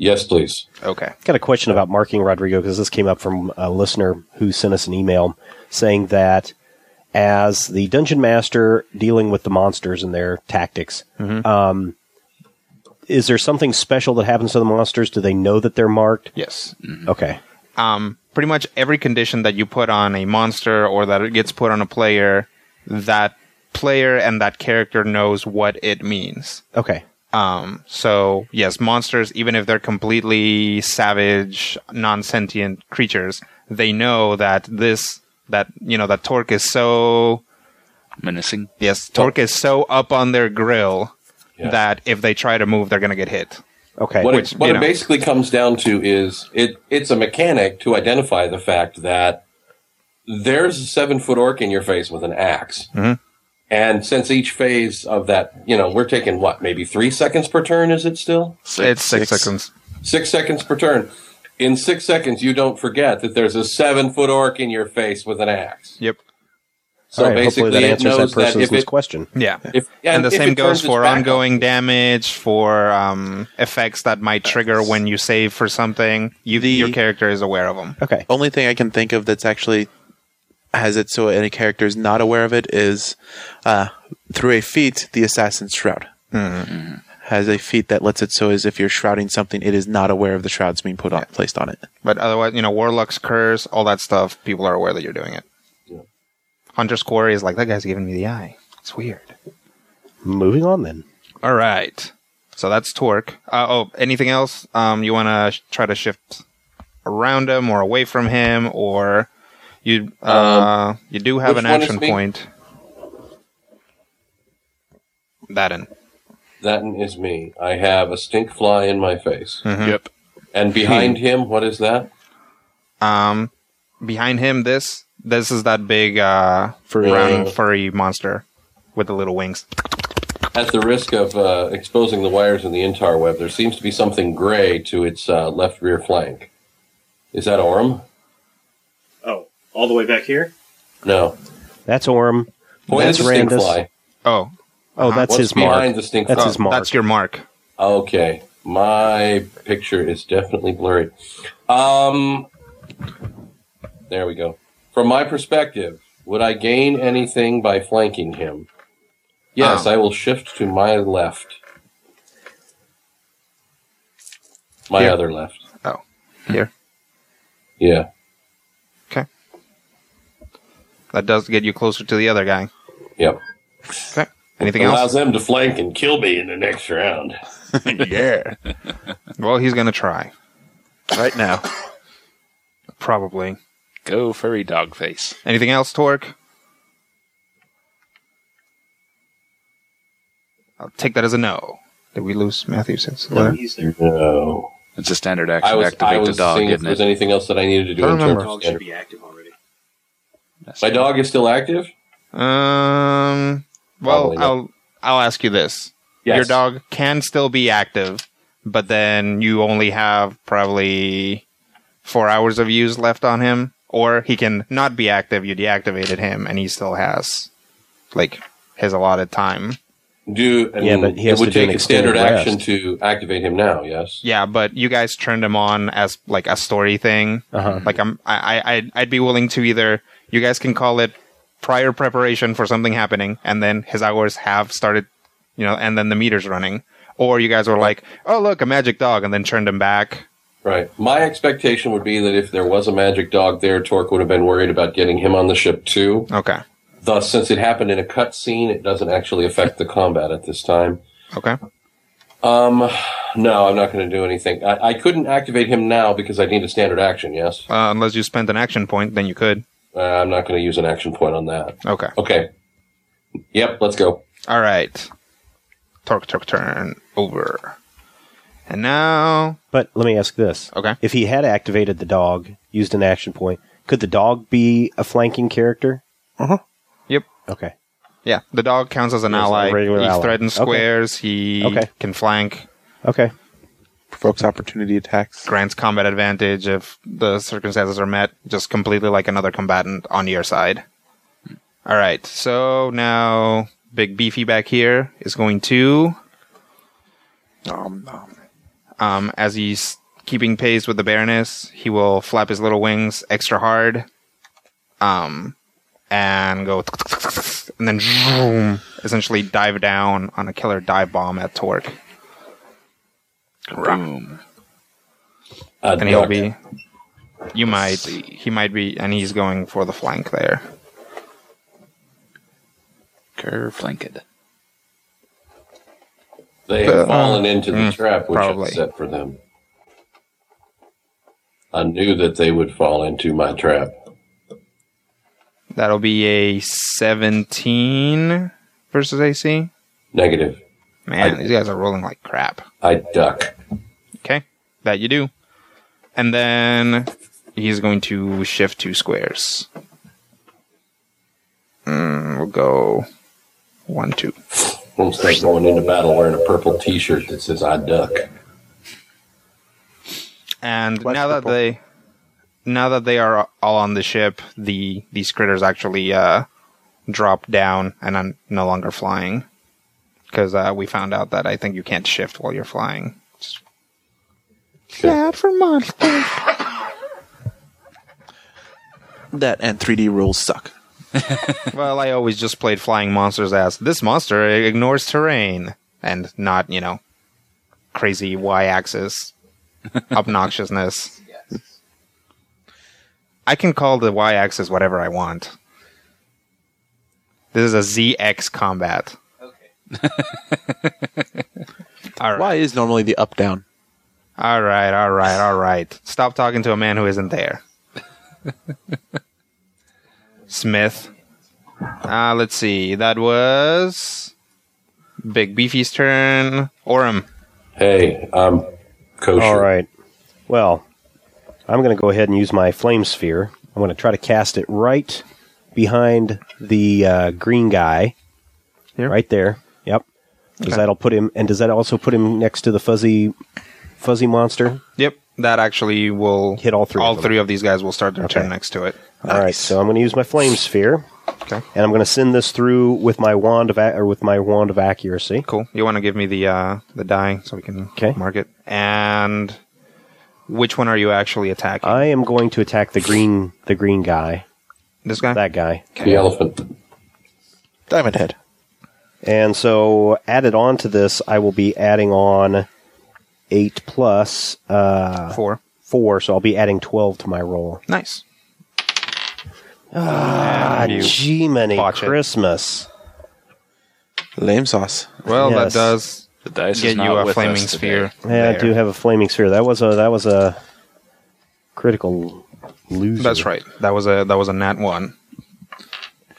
E: Yes, please.
F: Okay.
D: got a question about marking Rodrigo because this came up from a listener who sent us an email saying that as the dungeon master dealing with the monsters and their tactics, um, is there something special that happens to the monsters? Do they know that they're marked?
F: Yes.
D: Okay,
F: Mm. um, pretty much every condition that you put on a monster or that it gets put on a player, that player and that character knows what it means.
D: okay,
F: Um, so yes, monsters, even if they're completely savage, non-sentient creatures, they know that this, that, you know, that Torque is so,
G: Menacing.
F: yes, Torque is so up on their grill
E: Yeah.
F: that if they try to move, they're going to get hit.
D: okay.
E: What,
F: Which,
E: it, what
F: you
E: it
F: know.
E: basically comes down to is it it's a mechanic to identify the fact that there's a seven foot orc in your face with an axe.
F: Mm-hmm.
E: And since each phase of that, you know, we're taking what, maybe three seconds per turn, is it still?
F: it's six, seconds.
E: Six seconds per turn. In six seconds, you don't forget that there's a seven foot orc in your face with an axe.
F: Yep.
E: So
D: All right,
E: basically,
D: hopefully that
E: it
D: answers that
E: knows that,
D: person's
E: if it
D: question.
F: Yeah.
E: If-
F: and,
E: and
F: the
E: if
F: same
E: it
F: goes
E: turns
F: for
E: its back
F: ongoing
E: on-
F: damage, for um, effects that might trigger when you save for something. You,
J: The-
F: your character is aware of them.
D: Okay.
J: Only thing I can think of that's actually has it so any character is not aware of it is uh, through a feat, the Assassin's Shroud. Has a feat that lets it so as if you're shrouding something, it is not aware of the shrouds being put on, placed on it.
F: But otherwise, you know, Warlock's Curse, all that stuff, people are aware that you're doing it. Hunter's Quarry is like, that guy's giving me the eye. It's weird.
D: Moving on then.
F: All right. So that's Torque. Uh, oh, anything else um, you want to sh- try to shift around him or away from him? Or you uh, you do have
E: Um, which
F: an
E: one is
F: action
E: me?
F: point. That in.
E: That is me. I have a stink fly in my face.
F: Hmm. Mm-hmm.
G: Yep.
E: And behind him, what is that?
F: Um, behind him, this this is that big uh,
J: Furry.
F: round furry monster with the little wings.
E: At the risk of uh, exposing the wires in the intar web, there seems to be something gray to its uh, left rear flank. Is that Orm?
K: Oh, all the way back here?
E: No.
D: That's Orm.
E: Point
D: That's
E: at the stink
D: Randus.
E: fly.
F: Oh,
D: Oh, that's
E: What's
D: his
E: behind
D: mark.
E: the stink
D: That's
E: fly?
D: his mark.
F: that's your mark.
E: Okay, my picture is definitely blurry. Um, there we go. From my perspective, would I gain anything by flanking him? Yes,
F: Oh.
E: I will shift to my left. My
F: Here.
E: other left.
F: Oh, here.
E: Yeah.
F: Okay. That does get you closer to the other guy.
E: Yep.
F: Okay. Anything
E: Allows
F: else?
E: them to flank and kill me in the next round.
J: yeah.
F: Well, he's going to try.
J: Right now.
F: Probably.
G: Go furry dog face.
F: Anything else, Torque? I'll take that as a no. Did we lose Matthew since?
K: No, he's there.
E: No.
G: It's a standard action.
E: I was,
G: Activate
E: I was
G: the dog,
E: seeing if
G: isn't
E: there's
G: it?
E: anything else that I needed to do
F: I
E: in terms
F: remember.
E: of
K: Dog should
E: standard.
K: be active already.
E: My dog is still active?
F: Um. Well,
E: Probably not.
F: I'll I'll ask you this.
E: Yes.
F: Your dog can still be active, but then you only have probably four hours of use left on him, or he can not be active. You deactivated him, and he still has like his allotted time.
E: Do I
D: Yeah,
E: mean,
D: but he
E: it
D: has
E: would
D: to do an
E: take a standard
D: extended rest.
E: action to activate him now. Yes.
F: Yeah, but you guys turned him on as like a story thing.
D: Uh-huh.
F: Like I'm, I, I, I'd, I'd be willing to either you guys can call it prior preparation for something happening, and then his hours have started, you know, and then the meter's running, or you guys were like, oh look, a magic dog, and then turned him back.
E: Right. My expectation would be that if there was a magic dog there, Torque would have been worried about getting him on the ship too.
F: Okay,
E: Thus, since it happened in a cutscene, it doesn't actually affect the combat at this time.
F: okay,
E: Um, no, I'm not going to do anything. I, I couldn't activate him now because I need a standard action. Yes.
F: uh, unless you spent an action point, then you could.
E: Uh, I'm not going to use an action point on that.
F: Okay,
E: Okay. Yep. Let's go.
F: all right. Torque, torque, turn over, and now
D: But let me ask this.
F: Okay.
D: If he had activated the dog, used an action point, could the dog be a flanking character?
F: Yep.
D: Okay.
F: Yeah, the dog counts as an
D: Yes, a
F: ally.
D: regular
F: he
D: ally.
F: threatens
D: Okay.
F: squares. He
D: Okay.
F: can flank.
D: Okay.
J: Provokes opportunity attacks.
F: Grants combat advantage if the circumstances are met. Just completely like another combatant on your side. All right. So now big beefy back here is going to
J: Nom, nom.
F: um, as he's keeping pace with the Baroness, he will flap his little wings extra hard, um, and go, and then zoom, essentially dive down on a killer dive bomb at Torque.
G: Boom.
E: Uh,
F: and he'll
E: dog.
F: be. You might. He might be, and he's going for the flank there.
G: Curve flanked.
E: They have
F: Uh,
E: fallen into the
F: mm,
E: trap which
F: probably.
E: I set for them. I knew that they would fall into my trap.
F: That'll be a seventeen versus AC.
E: Negative.
F: Man, these guys are rolling like crap.
E: I duck.
F: Okay, that you do, and then he's going to shift two squares. Mm, we'll go one, two.
E: Almost like going into battle wearing a purple T-shirt that says "I duck."
F: And
J: What's
F: now
J: the
F: that
J: point?
F: they now that they are all on the ship, the these critters actually uh drop down, and I'm no longer flying because uh, we found out that I think you can't shift while you're flying. Just- Bad for monsters.
J: That and 3D rules suck.
F: well, I always just played flying monsters as this monster ignores terrain and not, you know, crazy y-axis obnoxiousness. I can call the y-axis whatever I want. This is a ZX combat. Okay. all right.
J: Y is normally the up down.
F: All right, all right, all right. Stop talking to a man who isn't there. Smith. Uh, let's see. That was Big Beefy's turn. Orem.
E: Hey, I'm kosher.
D: All right. Well, I'm going to go ahead and use my flame sphere. I'm going to try to cast it right behind the uh, green guy. Right there. Yep. Does that'll put him? And does that also put him next to the fuzzy, fuzzy monster?
F: Yep, that actually will
D: Hit all three of
F: All
D: them.
F: three of these guys will start their
D: Okay.
F: turn next to it.
D: All right. So I'm going to use my flame sphere,
F: Okay,
D: and I'm going to send this through with my wand of ac- or with my wand of accuracy.
F: cool. You want to give me the uh, the die so we can
D: 'Kay.
F: mark it. And which one are you actually attacking?
D: I am going to attack the green, the green guy,
F: this guy.
D: that guy.
E: The elephant.
J: Diamond Head.
D: And so added on to this, I will be adding on eight plus uh,
F: Four.
D: four, so I'll be adding twelve to my roll.
F: Nice.
D: Ah,
F: you
D: Gee-many
F: botch it.
D: Christmas.
J: Lame sauce.
F: Well,
D: Yes.
F: that does
G: The dice
F: get
G: is not
F: you a
G: with
F: flaming
G: us
F: sphere.
G: today.
D: Yeah, I
F: there.
D: do have a flaming sphere. That was a that was a critical loser.
F: That's right. That was a that was a nat one.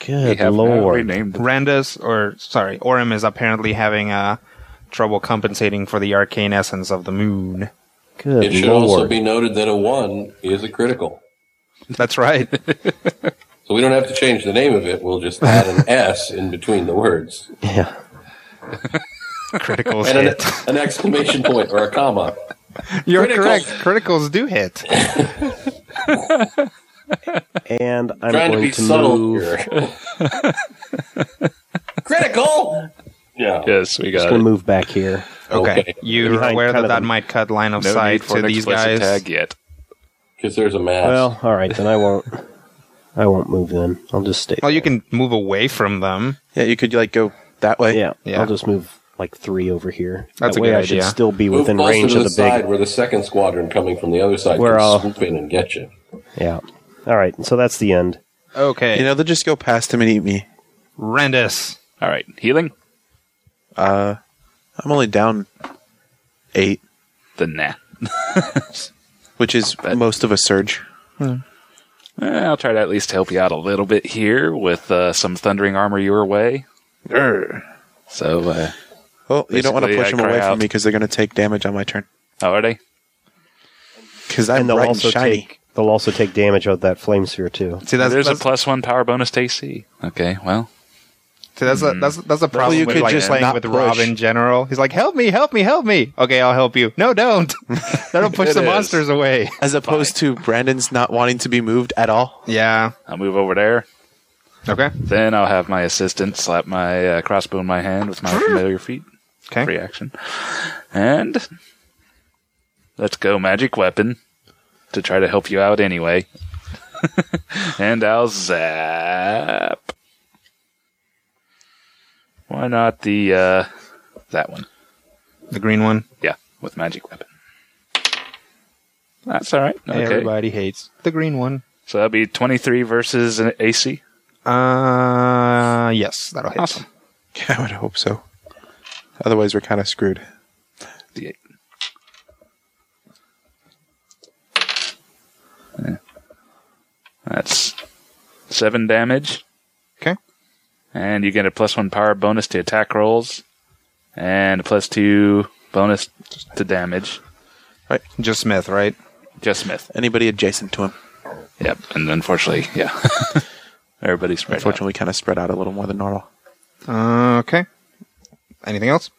G: We
D: Good
G: have now
D: lord.
G: renamed the
F: Randas or sorry, Orem is apparently having uh, trouble compensating for the arcane essence of the moon.
D: Good
E: It should also
D: lord.
E: be noted that a one is a critical.
F: That's right.
E: So we don't have to change the name of it. We'll just add an S in between the words
D: yeah.
F: Criticals
E: and an,
F: hit.
E: an exclamation point or a comma.
F: You're
E: critical.
F: correct. Criticals do hit.
D: And I'm
E: Trying to
D: going
E: be
D: to,
E: subtle
D: move.
E: here. critical. Yeah.
G: Yes, we
D: Just
G: got
D: gonna
G: it.
D: move back here.
F: Okay.
E: Okay.
F: You're
D: Behind
F: aware
D: kind
F: that
D: of
F: that
D: the-
F: might cut line of
G: No
F: sight
G: need for
F: for
G: an
F: these
G: explicit
F: guys.
G: tag yet.
E: Because there's a mass.
D: Well, all right, then I won't. I won't move then. I'll just stay.
F: Well, Oh, you
D: there.
F: can move away from them.
J: Yeah, you could like go that way.
D: Yeah,
F: Yeah.
D: I'll just move like three over here.
F: That's
D: that
F: a
D: way
F: good
D: I should
F: idea.
D: still be
E: Move
D: within
E: closer
D: range
E: to
D: of
E: the,
D: the
E: side
D: big. uh,
E: where the second squadron coming from the other side
D: We're
E: can
D: all-
E: swoop in and get you.
D: Yeah. All right. So that's the end.
F: Okay.
J: You know, they'll just go past him and eat me.
F: Randus.
G: All right, healing.
J: Uh, I'm only down eight,
G: Then nah.
J: which is most of a surge.
G: Eh, I'll try to at least help you out a little bit here with uh, some thundering armor your way. So, uh,
J: Well, you don't want to
G: Basically,
J: push
G: I
J: them
G: cry
J: away
G: out.
J: from me because they're going to take damage on my turn.
G: how are they?
J: Because I'm
D: and they'll
J: bright and
D: also
J: shiny.
D: take they'll also take damage out of that flame sphere too.
F: See, that's
G: There's
F: that's,
G: a plus one power bonus to AC. Okay, well,
F: see, that's, a, that's that's a problem
J: you
F: with
J: could
F: like
J: just
F: playing
J: not
F: with
J: push.
F: Rob in general. He's like, "Help me, help me, help me." Okay, I'll help you. No, don't. That'll push
G: It
F: the
G: is.
F: monsters away.
J: As opposed to Brandon's not wanting to be moved at all.
F: Yeah.
G: I'll move over there.
F: Okay.
G: Then I'll have my assistant slap my uh, crossbow in my hand with my familiar feet.
F: Okay.
G: Free action. And let's go magic weapon to try to help you out anyway. and I'll zap. Why not the uh, that one?
F: The green one.
G: Yeah, with magic weapon. That's all right. Okay.
F: Everybody hates the green one.
G: So that'll be twenty-three versus an AC.
F: Uh, yes, that'll hit.
G: Awesome.
J: Yeah, I would hope so. Otherwise, we're kind of screwed.
G: D8. That's seven damage,
F: Okay.
G: and you get a plus one power bonus to attack rolls, and a plus two bonus to damage.
F: Just Smith, right?
G: Just Smith.
J: Anybody adjacent to him.
G: Yep. And unfortunately, yeah, everybody's right.
J: Unfortunately, we kind of spread out a little more than normal.
F: Uh, okay. Anything else?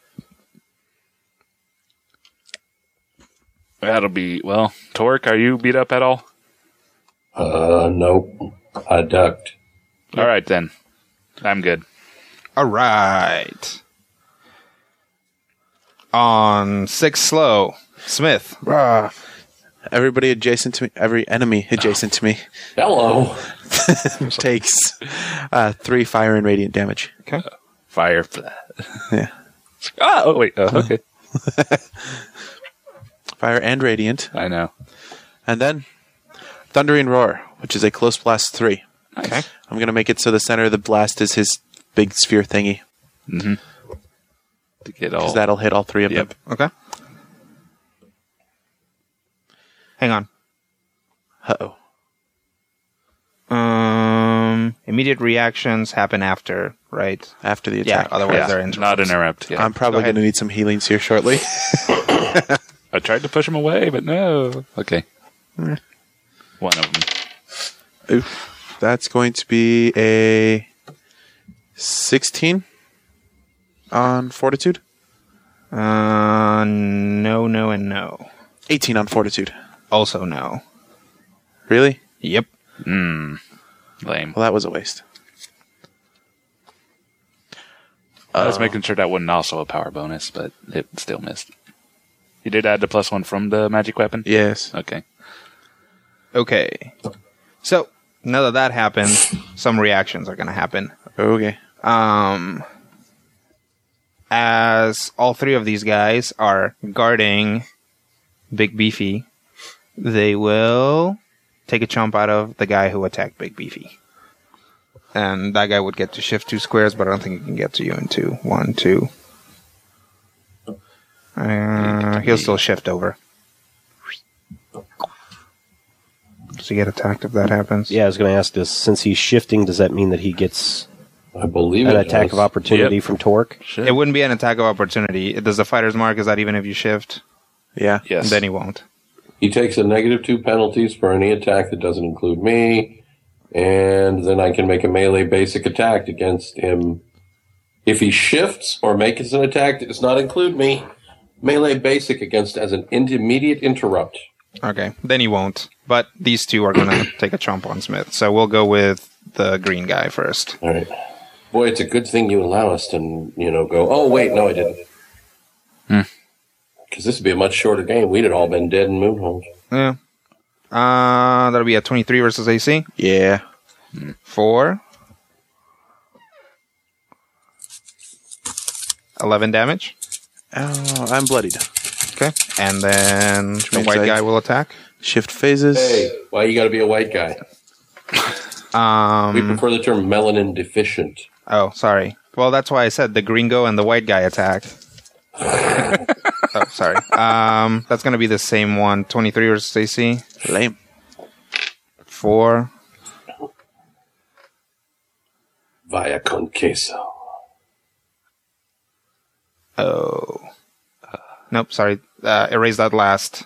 G: That'll be well. Torque, are you beat up at all?
E: Uh, nope. I ducked.
G: All right then. I'm good.
F: All right. On six slow, Smith.
J: Everybody adjacent to me, every enemy adjacent to me
E: Hello.
J: takes uh, three fire and radiant damage.
F: Okay.
G: Fire for that.
J: Yeah.
G: Ah, oh, wait. Uh, okay.
J: Fire and radiant.
G: I know.
J: And then Thundering Roar, which is a close blast three.
G: Okay.
J: I'm going to make it so the center of the blast is his big sphere thingy,
G: To get
F: Oh.
J: because
G: all.
J: that'll hit all three of
G: Yep.
J: them.
F: Okay. Hang on.
J: Uh oh.
F: Um, immediate reactions happen after, right?
J: After the
F: Yeah.
J: attack.
F: Otherwise,
G: yeah,
F: they're
G: not interrupt. Yeah.
J: I'm probably
F: Go ahead.
J: going to need some healings here shortly.
G: I tried to push him away, but no. Okay. One of them.
J: Oof. That's going to be a 16 on fortitude,
F: Uh, no, no, and no.
J: 18 on fortitude.
F: Also, no.
J: Really?
F: Yep.
G: Lame.
J: Well, that was a waste.
G: I was making sure that wasn't also a power bonus, but it still missed. You did add the plus one from the magic weapon?
J: Yes.
G: Okay.
F: Okay. So now that that happened, some reactions are going to happen.
J: Okay.
F: Um, as all three of these guys are guarding Big Beefy, they will take a chomp out of the guy who attacked Big Beefy. And that guy would get to shift two squares, but I don't think he can get to you in two. One, two. Uh, he'll still shift over. Does he get attacked if that happens?
D: Yeah, I was going to ask this. Since he's shifting, does that mean that he gets
E: I believe
D: an
E: it
D: attack
E: does.
D: of opportunity
G: Yep.
D: from Torque?
F: It wouldn't be an attack of opportunity. Does the fighter's mark? Is that even if you shift?
J: Yeah.
G: Yes.
F: Then he won't.
E: He takes a negative two penalties for any attack that doesn't include me, and then I can make a melee basic attack against him. If he shifts or makes an attack that does not include me, melee basic against as an intermediate interrupt.
F: Okay. Then he won't. But these two are going to take a chomp on Smith. So we'll go with the green guy first.
E: All right. Boy, it's a good thing you allow us to, you know, go, oh, wait, no, I didn't. Because this would be a much shorter game. We'd have all been dead and moon homes.
F: Yeah. Uh, that'll be a 23 versus AC.
J: Yeah.
F: Four. 11 damage.
J: Oh, I'm bloodied.
F: Okay. And then the
J: means
F: white
J: I-
F: guy will attack.
J: Shift phases.
E: Hey, why you got to be a white guy?
F: Um,
E: We prefer the term melanin deficient.
F: Oh, sorry. Well, that's why I said the gringo and the white guy attack. oh, sorry. Um, that's going to be the same one. 23 versus AC.
J: Lame.
F: Four.
E: Via con queso.
F: Oh. Nope, sorry. Uh, erase that last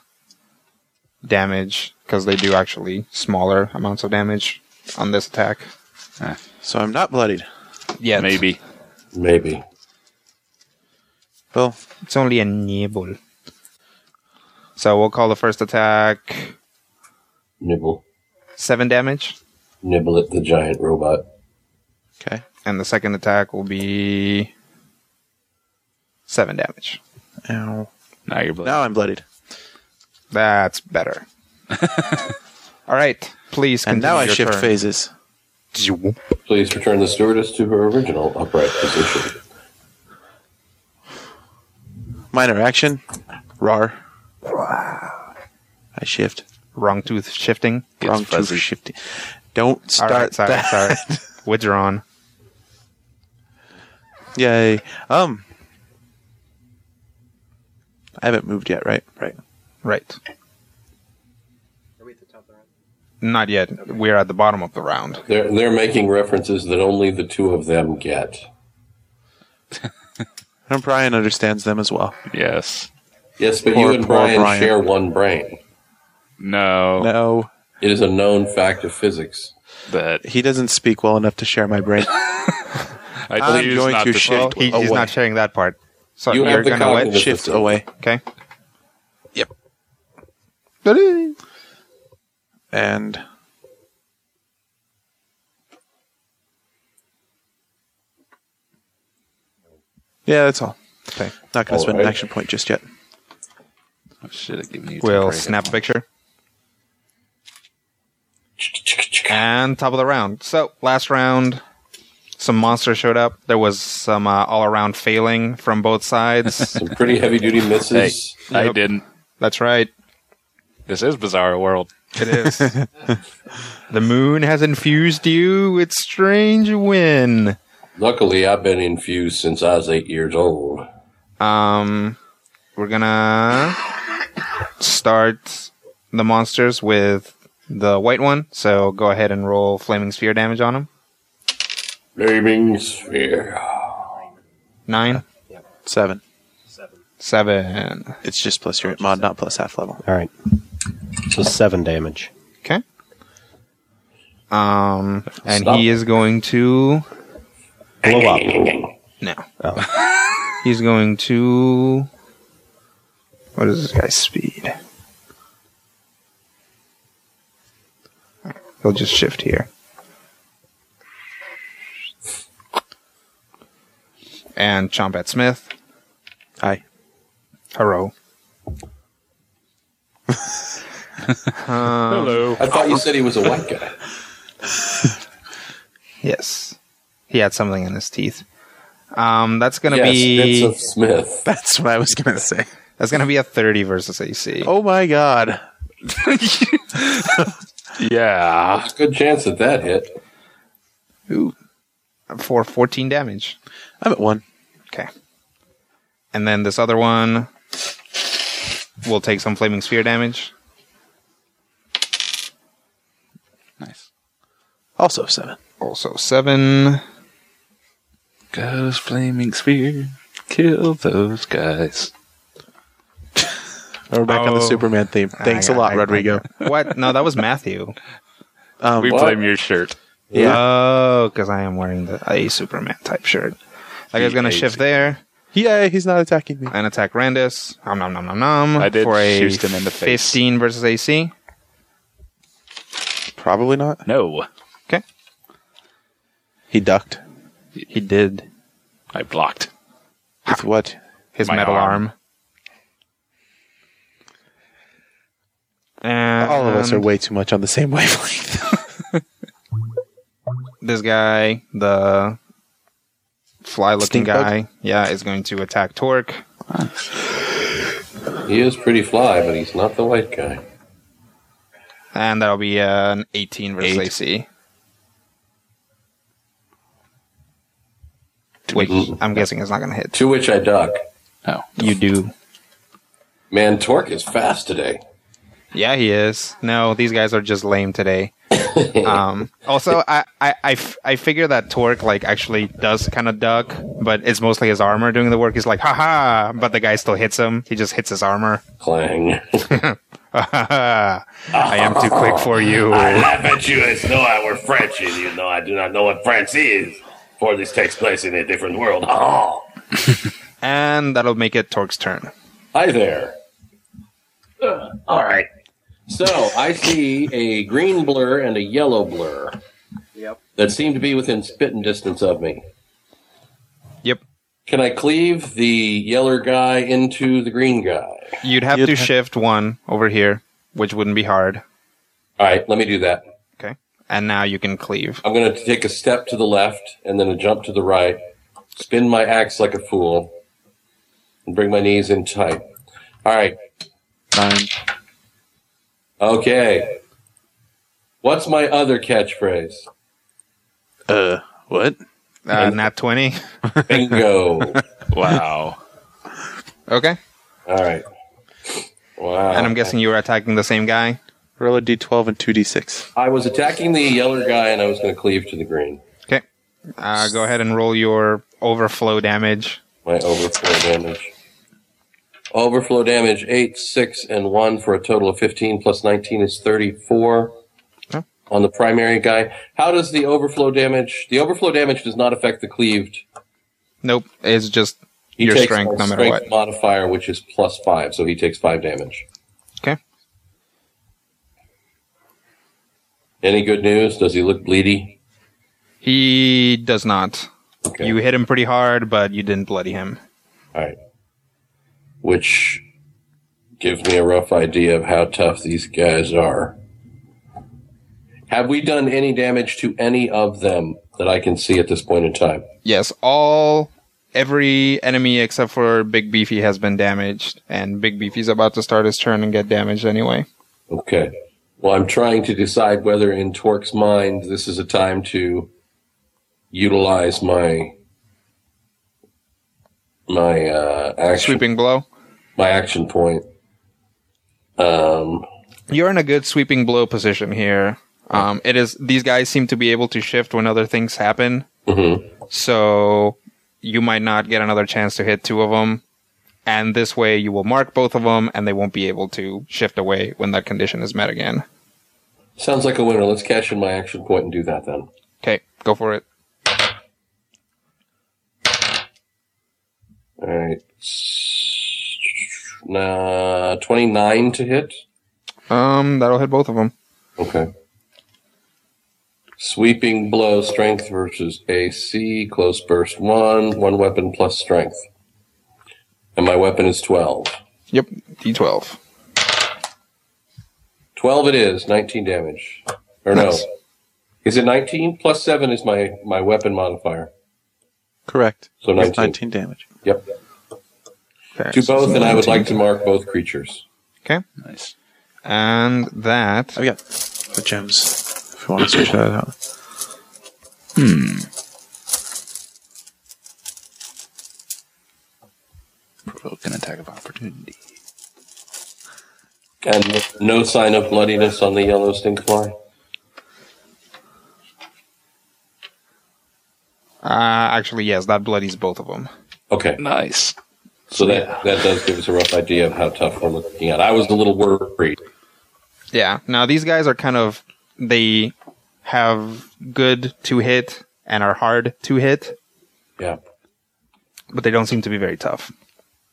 F: damage because they do actually smaller amounts of damage on this attack.
J: So I'm not bloodied.
F: Yeah,
G: Maybe.
E: Maybe.
J: Well,
F: It's only a nibble. So we'll call the first attack
E: Nibble.
F: seven damage,
E: Nibble at the giant robot.
J: okay.
F: and the second attack will be seven damage.
J: Ow.
G: Now you're blood.
J: Now I'm bloodied.
F: That's better. All right, please.
J: And now
F: continue
J: I
F: your
J: shift
F: turn.
J: phases.
E: Please return the stewardess to her original upright position.
J: Minor action. Rar. I shift.
F: Wrong tooth shifting.
G: Gets
J: Wrong two
G: fuzzy.
J: shifting. Don't
F: All
J: start
F: right, sorry,
J: that.
F: sorry. Withdrawn.
J: Yay. Um. I haven't moved yet, right? Right.
F: Right. Not yet. We're at the bottom of the round.
E: They're, they're making references that only the two of them get.
J: And Brian understands them as well.
G: Yes.
E: Yes, but
J: Poor-
E: you and
J: poor
E: Brian,
J: Brian.
E: share one brain.
F: Oh.
G: No.
J: No,
E: It is a known fact of physics.
G: But
J: he doesn't speak well enough to share my brain.
G: I
J: I'm
G: choose
J: going
G: not
J: to
G: to
J: shake-
G: well,
F: He, he's
J: Away.
F: not sharing that part. So
E: oh, You
F: you are
E: have the
F: going to
E: cognitive-
F: wedge.
J: Shift away.
F: Okay.
J: Yep. And Yeah, that's all.
F: Okay.
J: Not going to
E: All
J: spend an
E: right.
J: action point just yet.
G: Should have given you.
F: We'll
G: temporary
F: snap a
G: hit
F: picture. And top of the round. So last round, some monsters showed up. There was some uh, all around failing from both sides.
E: Some pretty heavy duty misses.
G: points. I
F: Yep.
G: didn't.
F: That's right.
G: This is bizarre world.
F: It is. the moon has infused you with strange wind.
E: Luckily, I've been infused since I was eight years old.
F: Um, we're gonna start the monsters with the white one. So go ahead and roll flaming sphere damage on him.
E: Flaming sphere.
F: Nine,
J: Seven.
F: seven.
J: It's just plus your mod, not plus half level.
D: All right. So seven damage.
F: Okay. Um, and
E: Stop.
F: he is going to
D: Blow up.
F: no. Oh. He's going to. What is this guy's speed? He'll just shift here. And chomp at Smith.
J: Aye.
F: Hello.
G: Hello.
E: I thought you said he was a white guy.
F: Yes. He had something in his teeth. Um, that's gonna
E: yes,
F: be
E: Bits of Smith.
J: That's what I was going to say.
F: that's gonna be a thirty versus AC.
J: Oh my god.
G: Yeah.
E: There's a good chance that that hit.
F: Ooh. For fourteen damage.
J: I'm at one.
F: Okay. And then this other one will take some flaming sphere damage.
G: Nice.
J: Also seven.
F: Also seven.
G: Goes flaming sphere. Kill those guys.
J: We're back on the
F: Oh.
J: Superman theme. Thanks
F: I-
J: a lot,
F: I-
J: Rodrigo.
F: What? No, that was Matthew.
J: Um,
G: We blame your shirt.
J: Yeah.
F: Oh, because I am wearing the a Superman type shirt. That guy's gonna
G: He
F: shift
G: hates
F: there
J: yeah, he's not attacking me.
F: and attack Randus. Om nom nom nom nom.
G: I did
F: for a
G: shoot him in the face.
F: fifteen versus AC.
J: Probably not.
G: No,
F: Okay.
J: He ducked.
F: He did
G: I blocked.
J: With what?
F: his
G: My
F: metal
G: arm.
F: arm. And
J: All of us are way too much on the same wavelength.
F: this guy, the fly looking
J: Stink bug?
F: guy, yeah, is going to attack Torque.
E: He is pretty fly, but he's not the white guy.
F: And that'll be uh, an 18 versus
J: Eight.
F: AC. Wait, I'm guessing it's not going to hit.
E: To which I duck.
G: No.
F: Mm-hmm. You do.
E: Man, Torque is fast today.
F: Yeah, he is. No, these guys are just lame today. um, also, I, I, I, f- I figure that Torque like actually does kind of duck, but it's mostly his armor doing the work. He's like, haha, but the guy still hits him. He just hits his armor.
E: Clang.
F: I am too quick for you.
B: I bet you it's no our French, and you know I do not know what France is. For this takes place in a different world. Oh.
F: And that'll make it Torque's turn.
E: Hi there.
B: All right.
E: So I see a green blur and a yellow blur. That seem to be within spitting distance of me.
F: Yep.
E: Can I cleave the yeller guy into the green guy?
F: You'd have
J: You'd
F: to
J: ha-
F: shift one over here, which wouldn't be hard.
E: All right, let me do that.
F: Okay. And now you can cleave.
E: I'm going to take a step to the left and then a jump to the right, spin my axe like a fool, and bring my knees in tight. All right.
J: Nine.
E: Okay. What's my other catchphrase?
J: Uh, what?
F: Uh, nat 20.
E: Bingo. All
G: Wow.
F: Okay.
E: right. Wow.
F: And I'm guessing you were attacking the same guy.
J: Roll a d12 and two d6.
E: I was attacking the yeller guy and I was going to cleave to the green.
F: Okay. Uh, go ahead and roll your overflow damage.
E: My overflow damage. Overflow damage 8, 6, and 1 for a total of 15 plus 19 is 34 on the primary guy. How does the overflow damage? The overflow damage does not affect the cleaved.
F: Nope. It's just
E: He
F: your
E: takes
F: strength,
E: my
F: no matter
E: strength
F: what.
E: modifier, which is plus 5, so he takes 5 damage.
F: Okay.
E: Any good news? Does he look bleedy?
F: He does not.
E: Okay.
F: You hit him pretty hard, but you didn't bloody him.
E: All right. Which gives me a rough idea of how tough these guys are. Have we done any damage to any of them that I can see at this point in time?
F: Yes, all every enemy except for Big Beefy has been damaged, and Big Beefy's about to start his turn and get damaged anyway.
E: Okay. Well, I'm trying to decide whether in Torque's mind this is a time to utilize my my uh action
F: Sweeping blow.
E: my action point. Um
F: You're in a good sweeping blow position here. Um, it is these guys seem to be able to shift when other things happen,
E: mhm.
F: so you might not get another chance to hit two of them. And this way, you will mark both of them, and they won't be able to shift away when that condition is met again.
E: sounds like a winner. Let's cash in my action point and do that then.
F: Okay, go for it.
E: All right. Nah, 29 to hit.
F: Um, that'll hit both of them.
E: Okay. Sweeping blow, strength versus AC, close burst one, one weapon plus strength. And my weapon is 12.
F: Yep, D12.
E: 12 it is, 19 damage. Or
F: Nice.
E: no. Is it 19? Plus 7 is my, my weapon modifier.
J: Correct.
E: So 19.
J: 19 damage.
E: Yep.
F: Okay,
E: Do
F: so
E: both, and I would
F: 19.
E: like to mark both creatures.
F: Okay.
G: Nice.
F: And that. uh,
J: I've got the Oh, gems if you want to switch that out.
G: Provoke an attack of opportunity.
E: And no sign of bloodiness on the yellow stink fly.
F: Uh, actually, yes, that bloodies both of them.
E: Okay.
G: Nice.
E: So that, that does give us a rough idea of how tough we're looking at. I was a little worried.
F: Yeah. Now, these guys are kind of. They have good to hit and are hard to hit,
E: Yeah.
F: but they don't seem to be very tough.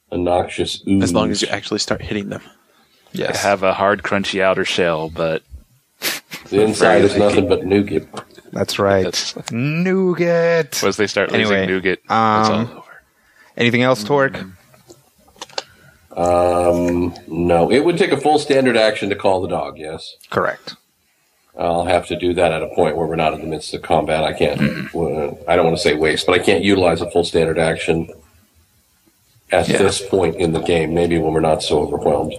E: A noxious ooze.
J: As long as you actually start hitting them.
G: I
F: Yes.
G: have a hard, crunchy outer shell, but
E: the inside is nothing but nougat.
F: That's right.
G: That's-
F: Nougat!
G: once they start losing
F: Anyway,
G: nougat, it's all
F: um,
G: over.
F: Anything else, Torque?
E: Um, no, it would take a full standard action to call the dog. Yes,
F: Correct.
E: I'll have to do that at a point where we're not in the midst of combat. I can't. well, I don't want to say waste, but I can't utilize a full standard action at this point in the game. Maybe when we're not so overwhelmed.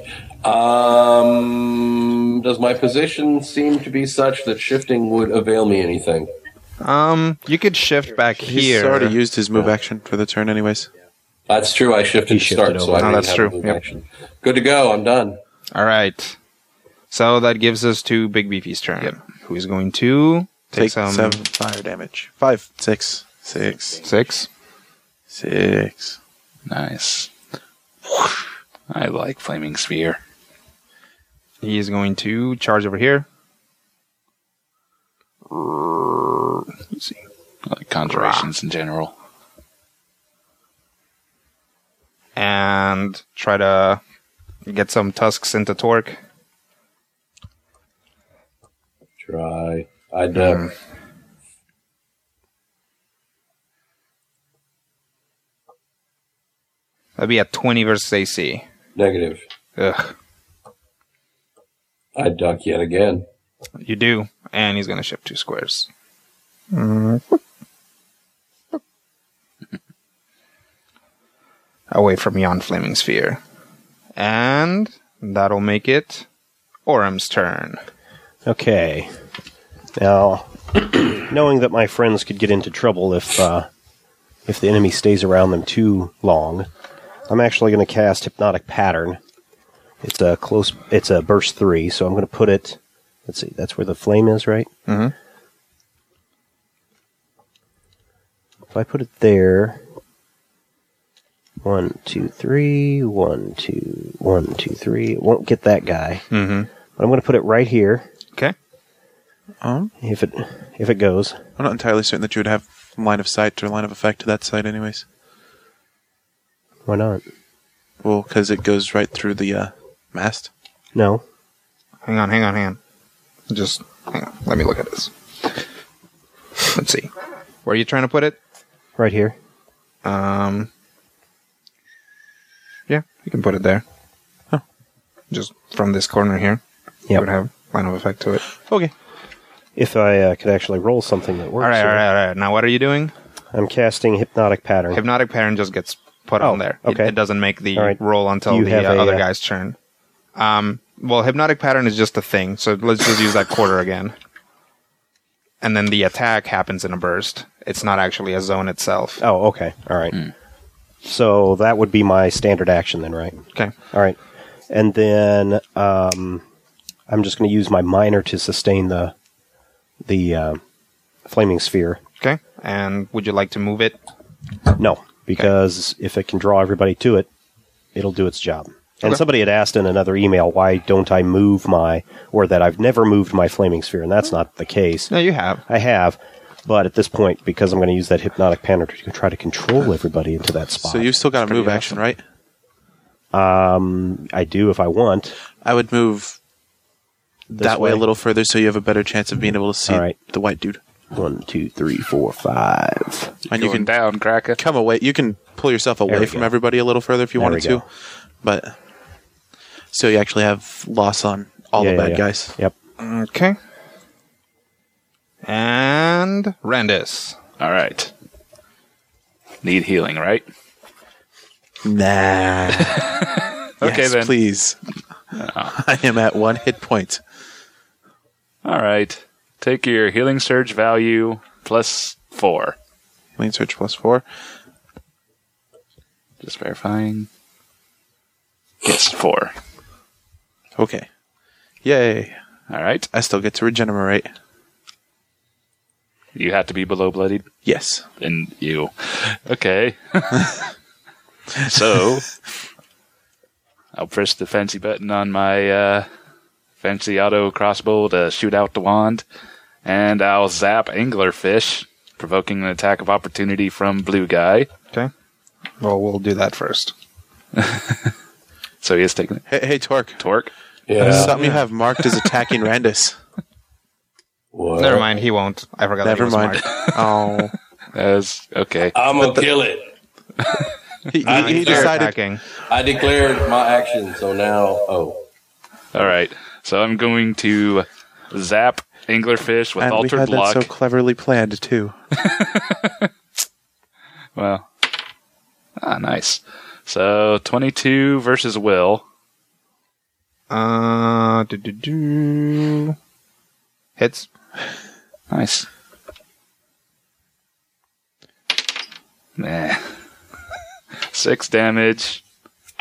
E: Um, does my position seem to be such that shifting would avail me anything?
F: Um, you could shift back
J: He's
F: here.
J: already used his move action for the turn, anyways.
E: That's true. I shifted, to start, so I didn't
F: No, that's
E: have
F: true.
E: a move
F: Yep.
E: action. Good to go. I'm done.
F: All right. So that gives us to Big Beefy's turn, who is going to take,
J: Take
F: some
J: seven fire damage. Five, six, six,
F: six.
J: six.
G: Nice. I like flaming sphere.
F: He is going to charge over here.
G: Let's see. I like conjurations in general.
F: and try to get some tusks into Torque.
E: Try. I uh, duck.
F: That'd be at 20 versus AC.
E: Negative.
F: Ugh,
E: I duck yet again.
F: you do. And he's going to shift two squares. Away from yon flaming sphere. And that'll make it Orem's turn.
D: Okay. Now, knowing that my friends could get into trouble if uh, if the enemy stays around them too long, I'm actually going to cast hypnotic pattern. It's a close. It's a burst three, so I'm going to put it. Let's see. That's where the flame is, right? Mm-hmm. If I put it there. One, two, three, one, two, one, two, three. It won't get that guy. Mm-hmm. But I'm going to put it right here
F: Okay.
D: if it if it goes.
J: Um, I'm not entirely certain that you would have line of sight or line of effect to that side, anyways.
D: Why not?
J: Well, because it goes right through the uh, mast.
D: No.
F: Hang on, hang on, hang on. Just hang on. Let me look at this. Let's see. Where are you trying to put it?
D: right here.
F: Um, yeah, you can put it there. Just from this corner here, it would
D: Yep.
F: have line of effect to it.
J: Okay.
D: If I uh, could actually roll something that works.
F: All right, all
D: here.
F: right, all right. Now, what are you doing?
D: I'm casting hypnotic pattern.
F: Hypnotic Parent just gets put
D: Oh,
F: on there. It-
D: okay.
F: It, doesn't make the
D: All right.
F: roll until
D: You
F: the
D: have
F: uh,
D: a,
F: other
D: uh,
F: guy's turn. Um, well, Hypnotic Pattern is just a thing, so let's just use that quarter again. And then the attack happens in a burst. It's not actually a zone itself.
D: oh, okay. All right.
F: Hmm.
D: So that would be my standard action then, right?
F: Okay.
D: All right. And then um, I'm just going to use my minor to sustain the the uh, flaming sphere.
F: Okay. And would you like to move it?
D: No, because if it can draw everybody to it, it'll do its job. And
F: Okay.
D: somebody had asked in another email, why don't I move my, or that I've never moved my flaming sphere, and that's not the case.
F: No, you have.
D: I have, but at this point, because I'm going to use that hypnotic panner to try to control everybody into that spot.
J: So you still got a move action, right?
D: I do if I want.
J: I would move that way,
D: way? Mm-hmm.
J: a little further so you have a better chance of being able to see
D: All right.
J: the white dude.
D: One, two, three, four, five.
J: And you
G: Going
J: can
G: down, cracker.
J: come away. You can pull yourself
D: we
J: away from
D: go.
J: everybody a little further if you
D: There
J: wanted
D: we
J: to.
D: go.
J: But so you actually have loss on all the bad guys.
D: Yep.
F: Okay. And Randis.
G: All right. Need healing, right?
J: Nah.
G: Okay,
J: Yes,
G: then. Uh.
J: Please. I am at one hit point.
G: All right. Take your healing surge value plus four.
J: Lane search plus four.
G: Just verifying. Yes, four.
J: Okay. Yay.
G: All right.
J: I still get to regenerate.
G: You have to be below bloodied.
J: Yes.
G: And you. Okay. so, I'll press the fancy button on my uh, fancy auto crossbow to shoot out the wand, and I'll zap anglerfish, provoking an attack of opportunity from blue guy.
F: Okay. Well, we'll do that first.
G: So he is taking it.
J: Hey, hey Torque.
G: Torque.
E: Yeah.
J: Something you have marked as attacking Randus.
E: What?
F: Never mind. He won't. I forgot. that he
J: Never
F: was
J: mind.
F: marked.
J: oh.
G: As okay.
E: I'm gonna kill it.
J: He, he- he
F: They're
J: decided.
F: attacking.
E: I declared my action, so now oh,
G: All right. So I'm going to zap anglerfish with
J: And we
G: altered
J: had
G: block.
J: that so cleverly planned, too.
G: Well, ah, nice. So 22 versus Will.
F: Uh, do, do, do. Hits.
G: Nice. Nah. Six damage,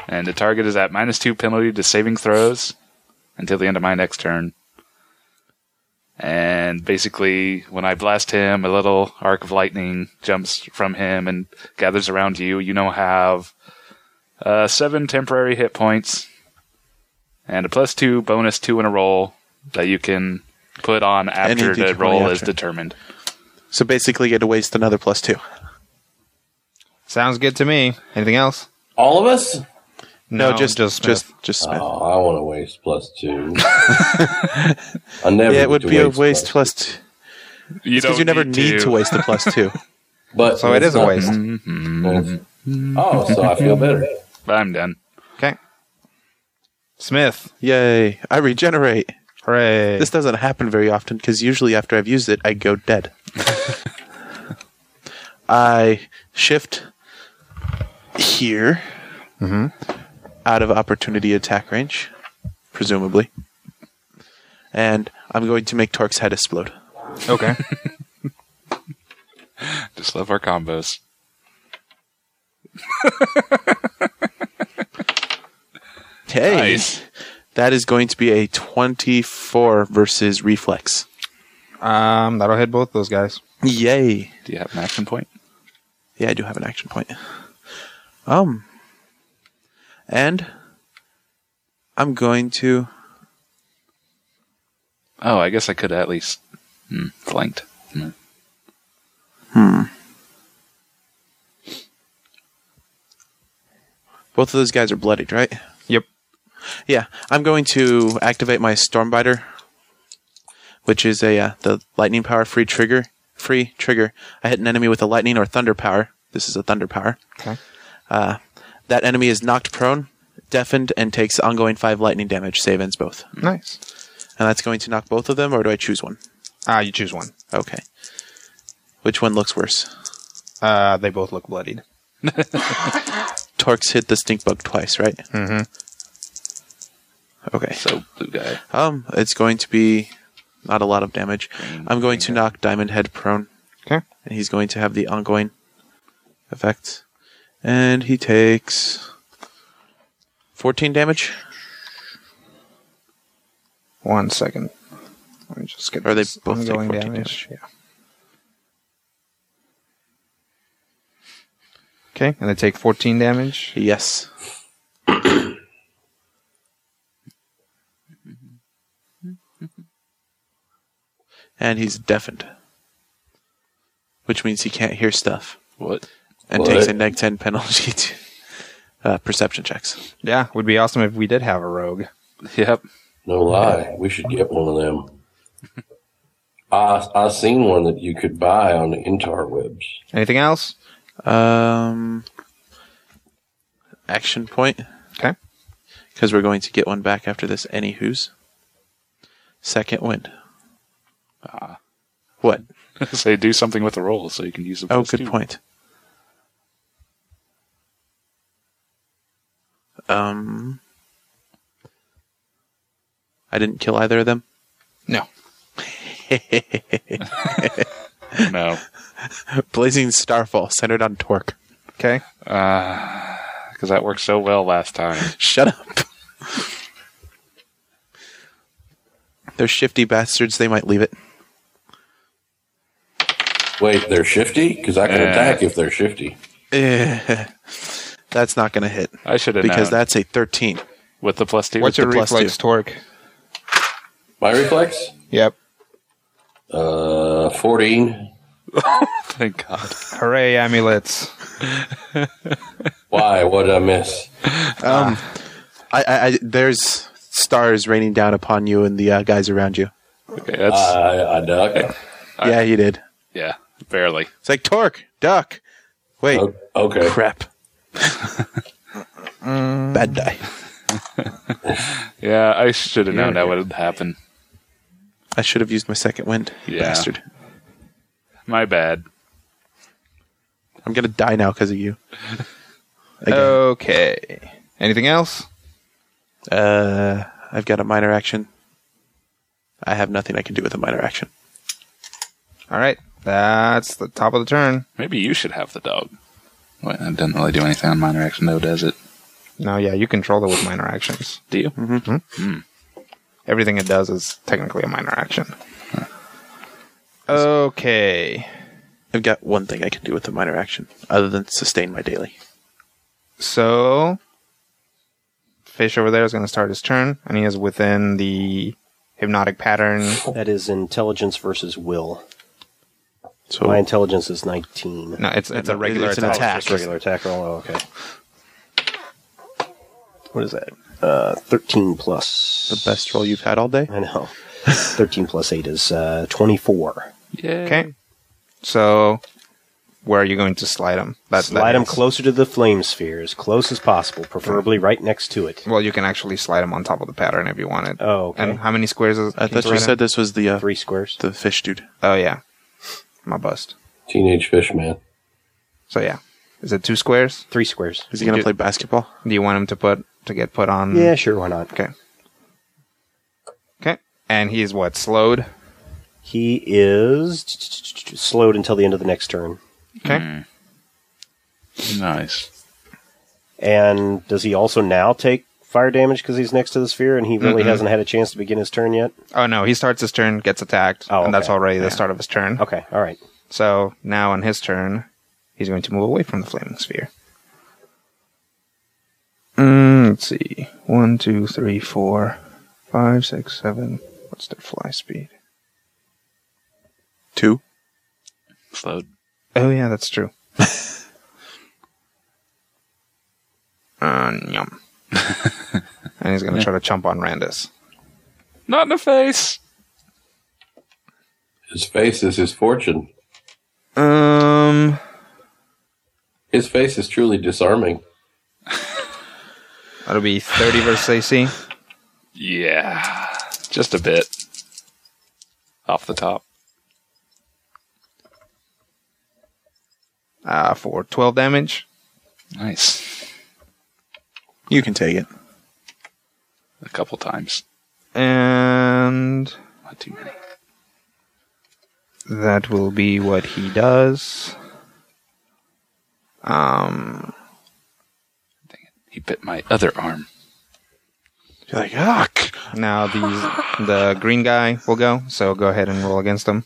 G: and the target is at minus two penalty to saving throws until the end of my next turn. And basically, when I blast him, a little arc of lightning jumps from him and gathers around you. You now have uh, seven temporary hit points and a plus two bonus two in a roll that you can put on after
J: Anything
G: the
J: you want
G: roll is
J: after.
G: determined.
J: So basically, you get to waste another plus two.
F: Sounds good to me. Anything else?
E: all of us.
J: No, just just
F: Smith.
J: just just Smith.
E: Oh, I want to waste plus two. I never.
J: yeah, it would
E: get to
J: be a waste
E: plus-
J: plus two
G: You
J: because you never need to waste the plus two.
E: but
F: So it
E: it's
F: is a
E: not-
F: waste. Mm-hmm.
E: Oh, so I feel better.
G: I'm done.
F: Okay. Smith.
J: Yay! I regenerate.
F: Hooray.
J: This doesn't happen very often because usually after I've used it, I go dead. I shift here Mm-hmm. out of opportunity attack range, presumably, and I'm going to make Torque's head explode.
F: okay.
G: Just love our combos.
J: Hey,
G: Nice.
J: that is going to be a 24 versus reflex.
F: Um, that'll hit both those guys.
J: Yay!
G: Do you have an action point?
J: Yeah, I do have an action point. Um, and I'm going to.
G: Oh, I guess I could at least hmm, flanked. Hmm.
J: Both of those guys are bloodied, right?
F: Yep.
J: Yeah, I'm going to activate my Stormbiter, which is a uh, the lightning power free trigger free trigger. I hit an enemy with a lightning or thunder power. This is a thunder power.
F: Okay.
J: Uh, that enemy is knocked prone, deafened, and takes ongoing five lightning damage. Save ends both.
F: Nice.
J: And that's going to knock both of them, or do I choose one?
F: Ah, you choose one.
J: Okay. Which one looks worse?
F: Uh, they both look bloodied.
J: Torx hit the stink bug twice, right?
F: Mhm.
J: Mm-hmm. Okay.
G: So blue guy.
J: Um, it's going to be not a lot of damage. I'm going to knock Diamond Head prone.
F: Okay.
J: And he's going to have the ongoing effect. And he takes 14 damage.
F: One second. Let me just get.
J: Or they
F: this
J: both take
F: ongoing
J: 14
F: Yeah. Okay, and they take 14 damage.
J: Yes. and he's deafened. Which means he can't hear stuff.
G: What?
J: And takes a
E: What?
J: neg 10 penalty to uh, perception checks.
F: Yeah, would be awesome if we did have a rogue.
G: Yep.
E: No lie. We should get one of them. I I seen one that you could buy on the interwebs.
F: Anything else?
J: Um, action point.
F: Okay.
J: because we're going to get one back after this. Anywho's second wind. what?
G: Say do something with the roll so you can use the.
J: Oh,
G: plus
J: good
G: two.
J: point. Um, I didn't kill either of them.
F: No.
G: No.
J: Blazing Starfall centered on Torque.
F: Okay.
G: Because that worked so well last time.
J: Shut up. They're shifty bastards. They might leave it.
E: Wait, they're shifty? Because I can
G: Yeah.
E: attack if they're shifty.
J: Eh, That's not going to hit
G: I should have
J: because
G: known.
J: that's a thirteen.
G: with the plus two.
F: What's your
J: the plus
F: reflex
J: two.
F: torque?
E: My reflex?
F: Yep.
E: Uh, 14.
G: Thank God.
F: Hooray, amulets.
E: Why? What did I miss?
J: I, I, I there's stars raining down upon you and the uh, guys around you.
G: Okay, that's
J: Uh,
E: I, I duck.
J: yeah, you did.
G: yeah, barely.
J: It's like torque, duck. Wait,
E: O- Okay.
J: crap. Bad die.
G: Yeah, I should have known that would happen.
J: I should have used my second wind, you
G: Yeah.
J: bastard.
G: My bad.
J: I'm gonna die now because of you. Again.
F: Okay. Anything else?
J: Uh, I've got a minor action. I have nothing I can do with a minor action.
F: All right. That's the top of the turn.
G: Maybe you should have the dog. Wait, that doesn't really do anything on minor action though, does it?
F: No, yeah, you control it with minor actions.
G: Do you?
J: Mm-hmm.
F: Everything it does is technically a minor action. Okay.
J: I've got one thing I can do with a minor action, other than sustain my daily.
F: So, fish over there is going to start his turn, and he is within the hypnotic pattern.
D: That is intelligence versus will.
J: So
D: My intelligence is 19.
F: No, it's it's a regular
J: It's an
F: attack.
J: attack.
D: Just regular attack roll. Oh, okay. What is that? Uh, 13 plus.
J: the best roll you've had all day.
D: I know. 13 plus 8 is uh, 24.
G: Yeah.
F: Okay. So, where are you going to slide him? That,
D: Slide
F: that
D: them
F: is-
D: closer to the flame sphere, as close as possible, preferably right next to it.
F: Well, you can actually slide him on top of the pattern if you wanted.
D: Oh, okay.
F: And how many squares is
J: I thought you said this was the uh,
D: Three squares.
J: the fish dude.
F: Oh, yeah. My bust.
E: Teenage fish man.
F: So, yeah. Is it two squares?
D: Three squares.
J: Is he gonna
F: do-
J: play basketball?
F: Do you want him to put to get put
J: Hmm.
F: on?
D: Yeah, sure, why not?
F: Okay. Okay. And he is what slowed.
D: He is slowed until the end of the next turn.
F: Okay.
G: Nice.
D: And does he also now take fire damage because he's next to the sphere and he really hasn't had a chance to begin his turn yet?
F: Oh no, he starts his turn, gets attacked,
D: Oh,
F: and that's
D: okay.
F: already the start of his turn.
D: Okay, all right.
F: So now on his turn, he's going to move away from the flaming sphere. Mm, let's see. One, two, three, four, five, six, seven. What's their fly speed?
J: Two.
G: Slowed.
F: Oh yeah, that's true. uh, yum. and he's going to try to chomp on Randus.
G: Not in the face.
E: His face is his fortune.
F: Um,
E: His face is truly disarming.
F: that'll be 30 versus AC.
G: Yeah, just a bit off the top.
F: Uh, for 12 damage.
G: Nice.
J: You can take it.
G: A couple times.
F: And
G: Not too many.
F: that will be what he does. Um,
G: Dang it. He bit my other arm.
J: You're like, yuck.
F: now these, the green guy will go, so go ahead and roll against him.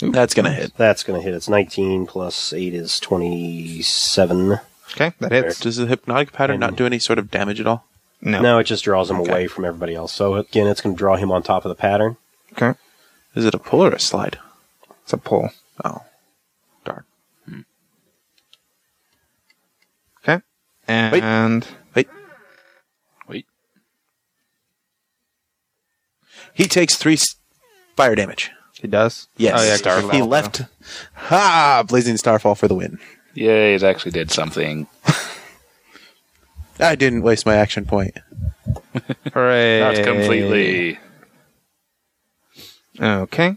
J: That's gonna hit.
D: That's going to hit. It's 19 plus 8 is 27.
F: Okay, that hits.
J: Does the hypnotic pattern not do any sort of damage at all?
F: No.
D: No, it just draws him away from everybody else. So again, it's going to draw him on top of the pattern.
F: Okay.
J: Is it a pull or a slide?
F: It's a pull.
J: Oh,
F: Darn. Okay. And
J: wait.
G: Wait.
J: He takes three s- fire damage.
F: he does.
J: Yes.
F: Oh yeah, 'cause
J: He left. Ha! Blazing Starfall for the win.
G: Yay, it actually did something.
J: I didn't waste my action point.
F: Hooray!
G: Not completely.
F: Okay.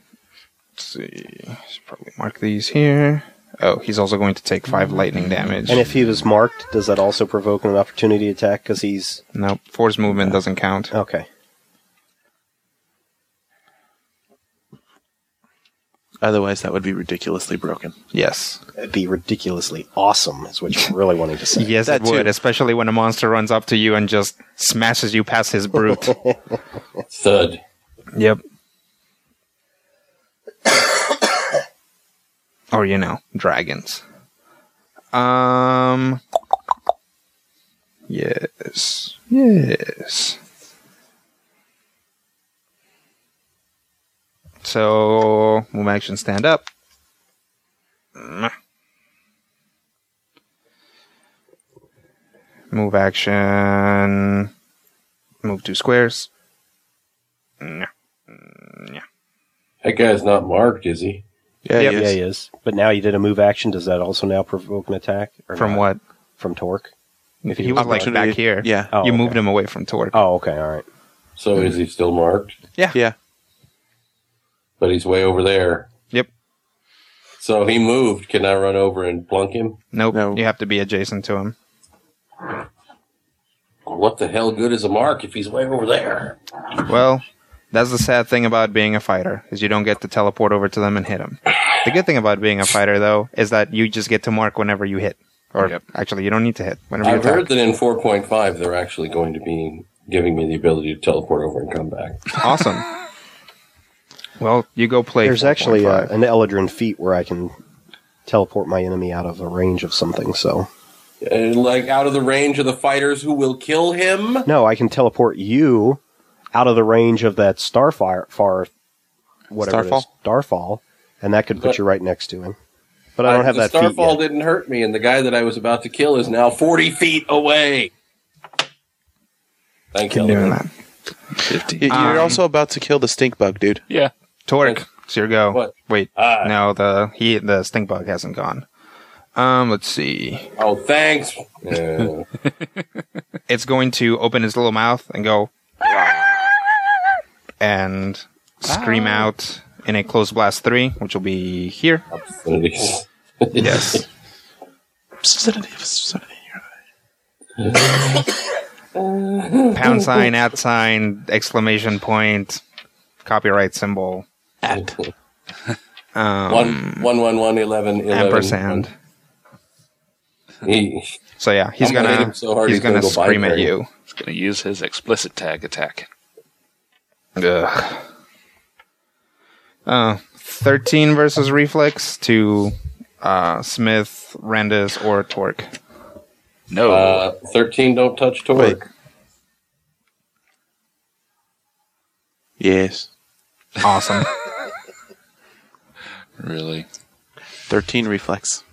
F: Let's see. Should probably mark these here. Oh, he's also going to take five lightning damage.
D: And if he was marked, does that also provoke an opportunity attack? Because he's
F: no, force movement doesn't count.
D: okay.
J: Otherwise, that would be ridiculously broken.
F: Yes.
D: It'd be ridiculously awesome, is what you're really wanting to say.
F: Yes,
J: That
F: it would,
J: too.
F: especially when a monster runs up to you and just smashes you past his brute.
E: Thud.
F: yep. or you know, dragons. Um. Yes. Yes. So move action, stand up. Mwah. Move action. Move two squares. Nyah. Nyah.
E: That guy's not marked, is he?
J: Yeah,
F: Yep.
J: he
D: Yeah,
J: is.
D: he is. But now you did a move action. Does that also now provoke an attack? Or
F: From
D: not?
F: what?
D: From Torque.
F: If he was like
J: Opportunity-
F: back here.
J: Yeah.
D: Oh,
F: you
D: okay.
F: moved him away from Torque.
D: Oh, okay, all right.
E: So is he still marked?
J: Yeah.
E: But he's way over there.
F: Yep.
E: So he moved. Can I run over and plunk him?
F: Nope.
J: No.
F: You have to be adjacent to him.
E: What the hell good is a mark if he's way over there?
F: Well, that's the sad thing about being a fighter is you don't get to teleport over to them and hit them. The good thing about being a fighter though is that you just get to mark whenever you hit, or
G: Yep.
F: actually you don't need to hit whenever
E: I've
F: you
E: heard
F: attack.
E: that in 4.5 they're actually going to be giving me the ability to teleport over and come back.
F: awesome. Well, you go play.
D: There's actually uh
F: 4.5.
D: an Eldrin feat where I can teleport my enemy out of a range of something. So
E: And like out of the range of the fighters who will kill him?
D: no, I can teleport you out of the range of that Starfire, far, whatever it is, Starfall, and that could put you right next to him. But I don't have
E: the
D: that feat
E: Starfall
D: yet.
E: didn't hurt me, and the guy that I was about to kill is now 40 feet away. Thank you.
F: doing
E: Elvin.
F: that.
G: 50.
J: Y- You're
F: Um,
J: also about to kill the stink bug, dude.
G: yeah.
F: Torque, it's your go.
E: What?
F: Wait,
E: Ah.
F: no, the he the stink bug hasn't gone. Um, let's see.
E: Oh, thanks. Yeah.
F: it's going to open its little mouth and go and scream out in a close blast three, which will be here.
E: Obscenities.
F: Yes.
J: Obscenity, obscenity.
F: Pound sign, at sign, exclamation point, copyright symbol,
J: At.
E: one, one, one, one, eleven, eleven.
F: Um, ampersand.
E: He-
F: So yeah, he's
E: I'm gonna hit
F: gonna
E: him so hard
F: he's
E: he's gonna
F: gonna
E: go
F: scream at
E: binary.
F: you.
G: He's going to use his explicit tag attack.
F: Ugh. Uh, 13 versus reflex to uh, Smith, Rendis, or Torque.
G: No.
E: uh, 13 don't touch
J: Wait.
E: Torque.
J: Yes.
F: Awesome.
G: really?
J: 13 reflex.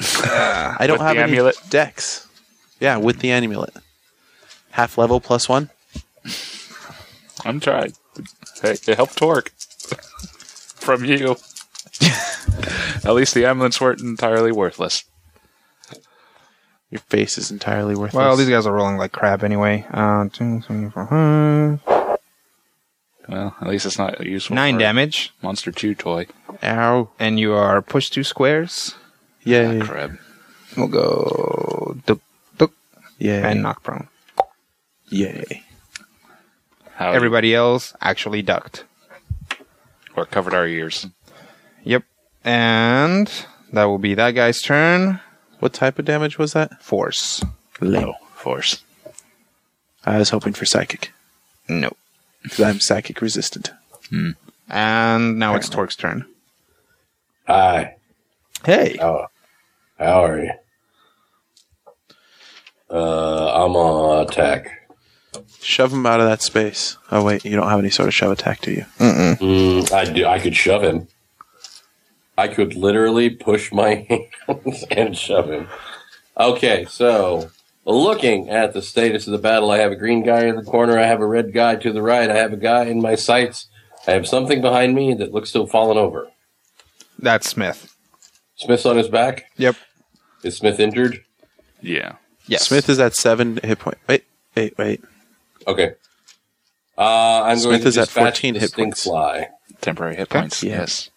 F: Ah.
J: I don't
G: With
J: have
G: the
J: any
G: amulet?
J: decks. Yeah, with the amulet. Half level plus one.
G: I'm trying. Hey, it helped Torque. From you. At least the amulets weren't entirely worthless.
J: Your face is entirely worthless.
F: Well, these guys are rolling like crap anyway. Uh, two, three, four, five.
G: Well, at least it's not useful.
F: Nine
G: for
F: damage,
G: a Monster Chew toy.
J: Ow.
F: and you are pushed two squares.
J: Yay.
G: Ah, crap.
F: We'll go dup, dup,
J: Yay.
F: and knock prone.
J: Yay.
G: How
F: Everybody else actually ducked.
G: or covered our ears.
F: Yep. And that will be that guy's turn.
J: What type of damage was that?
F: Force.
J: Low.
G: Oh, Force.
J: I was hoping for psychic
F: No.
J: because I'm psychic resistant.
F: And now it's Torque's turn.
E: Hi.
F: Hey.
E: How, how are you? Uh, I'm on attack.
J: Shove him out of that space. Oh wait, you don't have any sort of shove attack, do you?
E: Mm, I do. I could shove him. I could literally push my hands and shove him. Okay, so looking at the status of the battle, I have a green guy in the corner. I have a red guy to the right. I have a guy in my sights. I have something behind me that looks to have fallen over.
F: That's Smith.
E: Smith's on his back.
F: Yep.
E: Is Smith injured?
G: Yeah.
F: Yes.
J: Smith is at seven hit point. Wait, wait, wait.
E: Okay. Uh, I'm going
J: Smith
E: to
J: is at
E: dispatch
J: 14
E: the
J: hit
E: stink
J: points.
E: fly.
G: Temporary hit
F: Okay.
G: points.
J: Yeah.
G: Yes.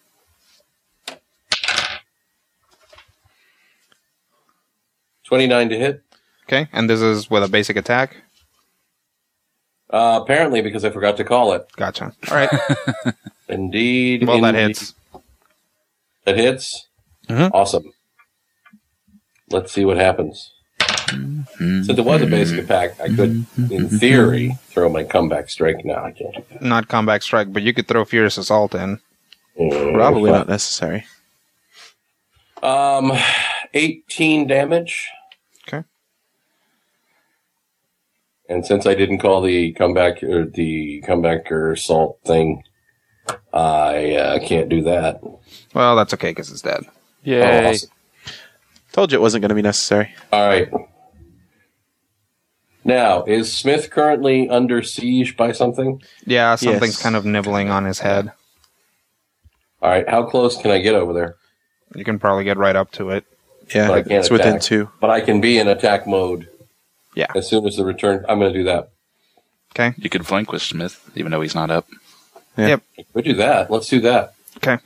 E: Twenty-nine to hit.
F: Okay. And this is with a basic attack.
E: Uh, apparently, because I forgot to call it.
F: Gotcha. All right.
E: Indeed.
F: well, that
E: indeed.
F: hits.
E: That hits.
F: Mhm.
E: Awesome. Let's see what happens. Since it was a basic attack, I could, in theory, throw my comeback strike. No, I can't.
F: Not combat strike, but you could throw furious assault in.
E: Mm,
J: Probably not necessary.
E: Um, eighteen damage.
F: Okay.
E: And since I didn't call the comeback or the comeback or assault thing, I uh, can't do that.
F: Well, that's okay because it's dead.
E: Oh,
G: Yay.
E: awesome.
J: Told you it wasn't going to be necessary.
E: All right. Now, is Smith currently under siege by something?
F: Yeah, something's
J: Yes.
F: kind of nibbling on his head.
E: All right. How close can I get over there?
F: You can probably get right up to it.
J: Yeah,
E: But I can't
J: Uh, it's within
E: attack.
J: two.
E: But I can be in attack mode.
F: Yeah.
E: As soon as the return, I'm going to do that.
F: Okay.
G: You could flank with Smith, even though he's not up.
E: We do that. Let's do that.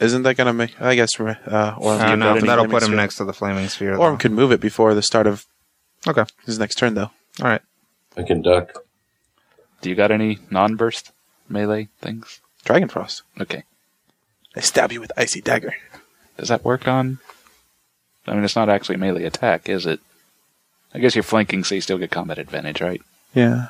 J: Isn't that going to make? I guess. Uh, Orm
F: Uh,
J: can
F: no,
J: put it
F: that'll
J: in
F: put him
J: his-
F: next to the flaming sphere.
J: Orm could move it before the start of
F: though. Okay.
J: his next turn, though.
F: All right.
E: I can duck.
G: Do you got any non burst melee things?
J: Dragonfrost.
G: Okay.
J: I stab you with icy dagger.
G: Does that work on? I mean, it's not actually a melee attack, is it? I guess you're flanking, so you still get combat advantage, right?
J: Yeah,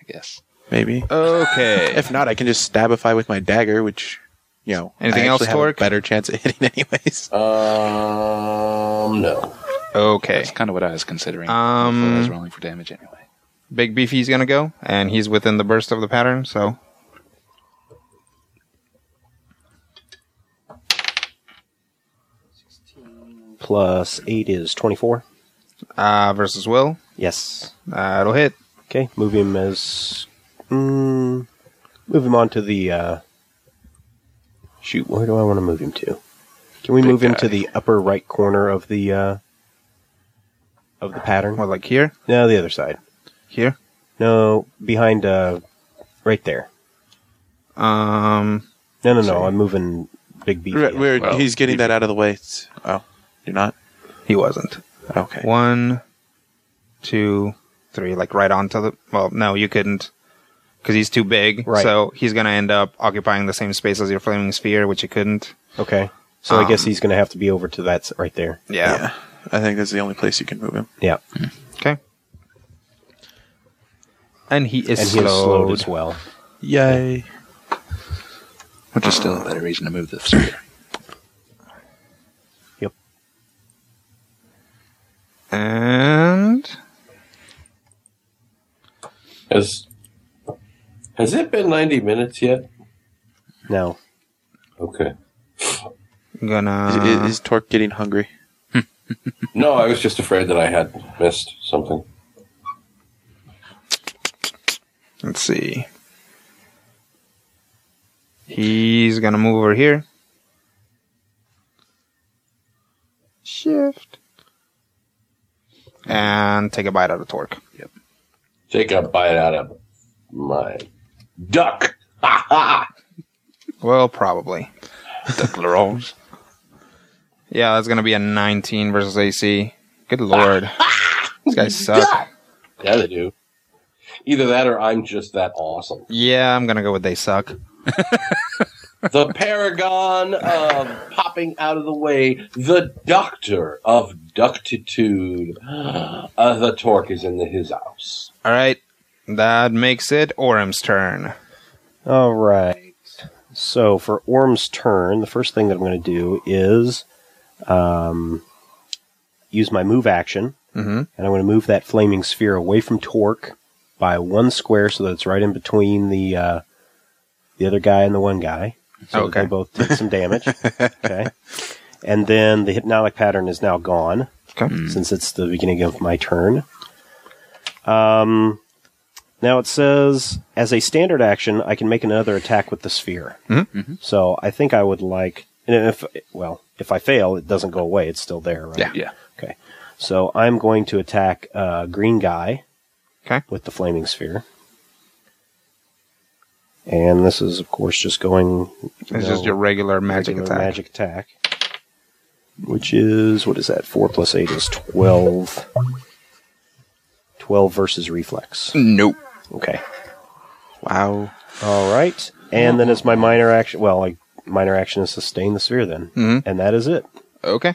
G: I guess.
J: maybe.
F: Okay.
J: If not, I can just stabify with my dagger, which you know.
F: Anything
J: I
F: else,
J: actually have a
F: Torque?
J: Better chance at hitting, anyways.
E: Um, no.
F: okay.
G: That's kind of what I was considering.
F: Um,
G: Before I was rolling for damage anyway.
F: Big Beefy's gonna go, and he's within the burst of the pattern, so
D: Plus 8 is 24.
F: uh versus Will.
D: Yes.
F: Uh, it'll hit.
D: Okay, move him as. Mm, move him on to the. Uh, shoot, where do I want to move him to? Can we move him to the upper right corner of the uh, of the pattern?
F: What like here?
D: No, the other side.
F: Here?
D: No, behind. Uh, right there.
F: Um
D: No, no, no. I'm moving Big B.
J: Right, we're-
G: well,
J: he's getting
G: you-
J: that out of the way. It's- oh, you're not.
F: he wasn't.
J: Okay.
F: One, two, three, like right onto the well, no, you couldn't. Because he's too big.
D: Right.
F: So he's gonna end up occupying the same space as your flaming sphere, which you couldn't.
D: Okay. So I guess
F: Um,
D: he's going to have to be over to that s- right there.
F: Yeah.
J: Yeah. I think that's the only place you can move him.
D: Yeah.
F: Okay. And he is
D: and he's
F: slowed.
D: slowed as well.
J: Yay!
G: Which is still a better reason to move the sphere.
D: Yep.
F: And
E: Has Has it been ninety minutes yet?
D: No.
E: Okay.
F: I'm gonna
J: Is, is, is Torque getting hungry?
E: No, I was just afraid that I had missed something.
F: Let's see. He's gonna move over here. Shift. And take a bite out of Torque. Yep.
E: Take a bite out of my duck. Ha ha!
F: Well, probably. Yeah, that's gonna be a 19 versus AC. Good lord. These guys suck.
E: Yeah, they do. Either that or I'm just that awesome.
F: Yeah, I'm gonna go with they suck.
E: The paragon of popping out of the way, the doctor of ductitude. Uh, the torque is in the, his house.
F: All right, that makes it Orim's turn.
D: All right. So for Orm's turn, the first thing that I'm going to do is um, use my move action,
F: Mhm.
D: and I'm going to move that flaming sphere away from Torque by one square, so that it's right in between the uh, the other guy and the one guy. So that
F: Okay.
D: they both take some damage. okay. And then the hypnotic pattern is now gone
F: Okay.
D: since it's the beginning of my turn. Um, now it says, as a standard action, I can make another attack with the sphere.
F: Hmm.
D: So I think I would like, and if well, if I fail, it doesn't go away; it's still there, right?
F: Yeah.
G: Yeah.
D: Okay. So I'm going to attack uh, green guy.
F: Okay.
D: With the flaming sphere. And this is, of course, just going.
F: It's just your regular magic
D: regular
F: attack.
D: Magic attack. Which is what is that? Four plus eight is twelve. Twelve versus reflex.
F: Nope.
D: Okay.
J: Wow.
D: All right. And then it's my minor action. Well, like minor action is sustain the sphere then,
F: Mhm.
D: and that is it.
F: Okay.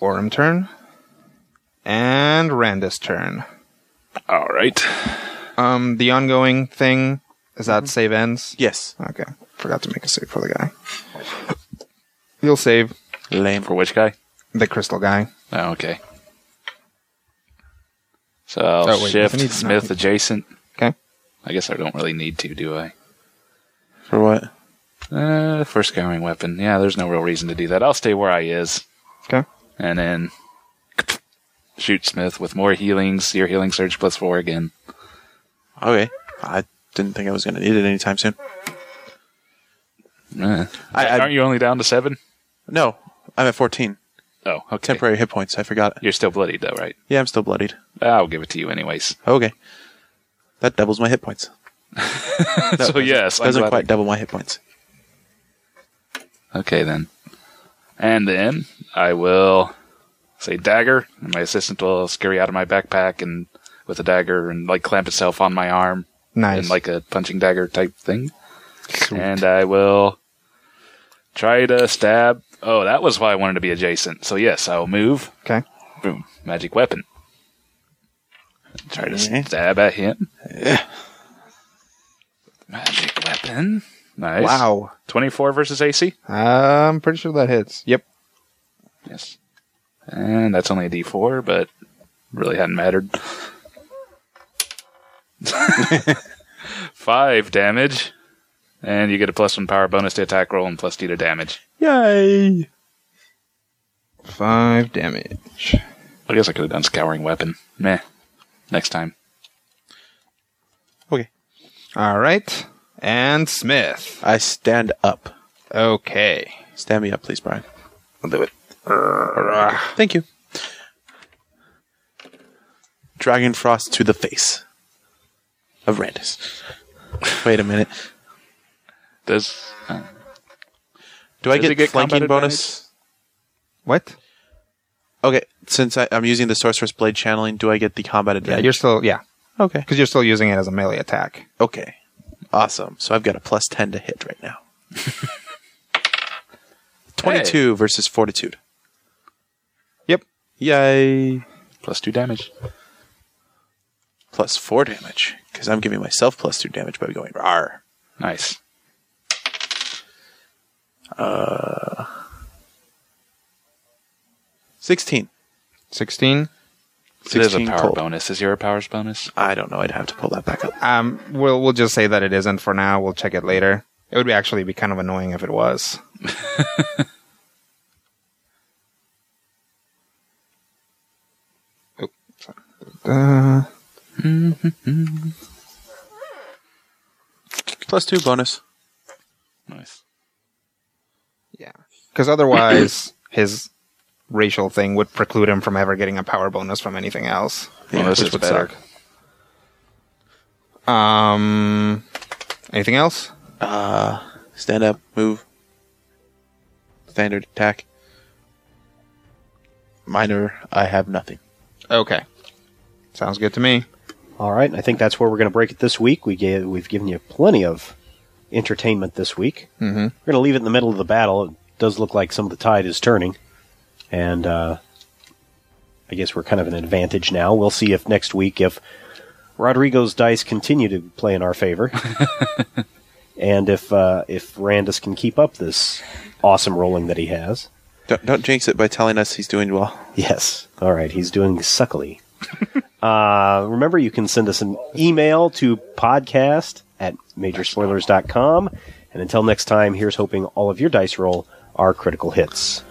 F: Orim turn. And Randus turn.
G: All right.
F: Um, the ongoing thing is that save ends.
J: Yes.
F: Mm-hmm. Okay, forgot to make a save for the guy. You'll save
J: Lame.
G: For which guy?
F: the crystal guy.
G: Oh, okay. So I'll
F: Oh, wait,
G: shift
F: isn't he-
G: Smith
F: no, he-
G: adjacent.
F: Okay.
G: I guess I don't really need to, do I?
J: For what?
G: Uh, for scouring weapon. Yeah, there's no real reason to do that. I'll stay where I is.
F: Okay.
G: And then shoot Smith with more healings. Your healing surge plus four again.
J: Okay. I didn't think I was going to need it anytime soon.
G: Eh.
J: I- I-
G: Aren't you only down to seven?
J: No, I'm at 14.
G: Oh, okay.
J: Temporary hit points. I forgot.
G: You're still bloodied though, right?
J: Yeah, I'm still bloodied.
G: I'll give it to you anyways.
J: Okay. That doubles my hit points.
G: so yes, I'm
J: Doesn't
G: glad
J: quite double my hit points.
G: Okay then. And then I will say dagger, and my assistant will scurry out of my backpack and with a dagger and like clamp itself on my arm
F: Nice.
G: and like a punching dagger type thing. And I will try to stab. Oh, that was why I wanted to be adjacent. So yes, I will move.
F: okay.
G: Boom, magic weapon. Try to
J: Mhm.
G: stab at him. Magic weapon. Nice.
F: Wow.
G: 24 versus AC.
F: I'm pretty sure that hits. Yep.
G: Yes. And that's only a D4, but really hadn't mattered. Five damage. And you get a plus one power bonus to attack roll and plus two to damage.
F: Yay. Five damage.
G: I guess I could have done scouring weapon. Meh. Next time.
F: All right. And Smith.
J: I stand up.
F: Okay.
J: Stand me up, please, Brian.
F: I'll do it.
J: Thank you. Dragon Frost to the face of Randus. Wait a minute.
G: Does uh,
J: Do I
G: Does he
J: get,
G: get
J: flanking
G: combat
J: bonus?
F: What?
J: Okay, since I, I'm using the Sorceress Blade channeling, do I get the combat
F: Yeah,
J: advantage?
F: you're still yeah,
J: okay.
F: because you're still using it as a melee attack.
J: Okay. Awesome. So I've got a plus 10 to hit right now. 22 versus Fortitude.
F: Yep.
J: Yay.
G: plus two damage?
J: Plus 4 damage. Because I'm giving myself plus 2 damage by going R.
G: Nice.
J: Uh, 16.
F: Sixteen.
G: It is a
J: 16
G: power
J: cold.
G: bonus. Is your powers bonus?
J: I don't know. I'd have to pull that back up.
F: Um, we'll we'll just say that it isn't for now. We'll check it later. It would be actually be kind of annoying if it was. Oh, sorry. Uh,
J: Plus 2 bonus.
G: Nice.
F: yeah. because otherwise his racial thing would preclude him from ever getting a power bonus from anything else.
G: Well, this
F: which
G: is
F: would
G: better.
F: suck. Um, anything else?
J: Stand up, move. Standard attack. Minor, I have nothing.
F: Okay, sounds good to me.
D: All right, and I think that's where we're going to break it this week. We gave, we've given you plenty of entertainment this week. Mm-hmm. We're going to leave it in the middle of the battle. It does look like some of the tide is turning, and uh, I guess we're kind of an advantage now. We'll see if next week if Rodrigo's dice continue to play in our favor, and if uh, if Randus can keep up this awesome rolling that he has.
J: Don't, don't jinx it by telling us he's doing well.
D: Yes. All right. He's doing suckily. uh, remember, you can send us an email to podcast at majorspoilers.com. And until next time, here's hoping all of your dice roll are critical hits.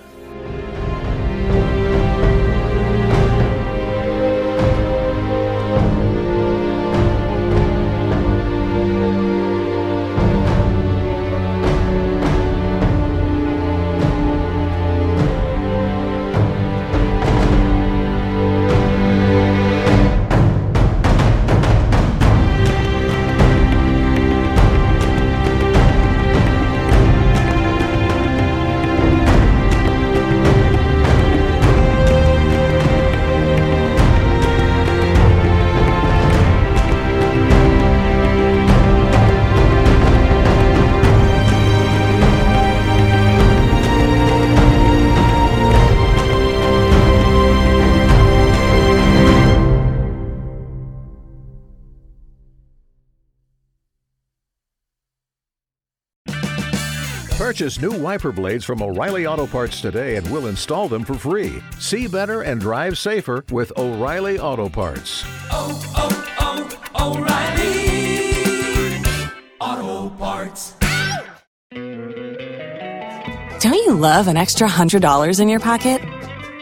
A: Purchase new wiper blades from O'Reilly Auto Parts today and we'll install them for free. See better and drive safer with O'Reilly Auto Parts.
L: oh, oh, O'Reilly. Auto parts.
C: Don't you love an extra $100 in your pocket?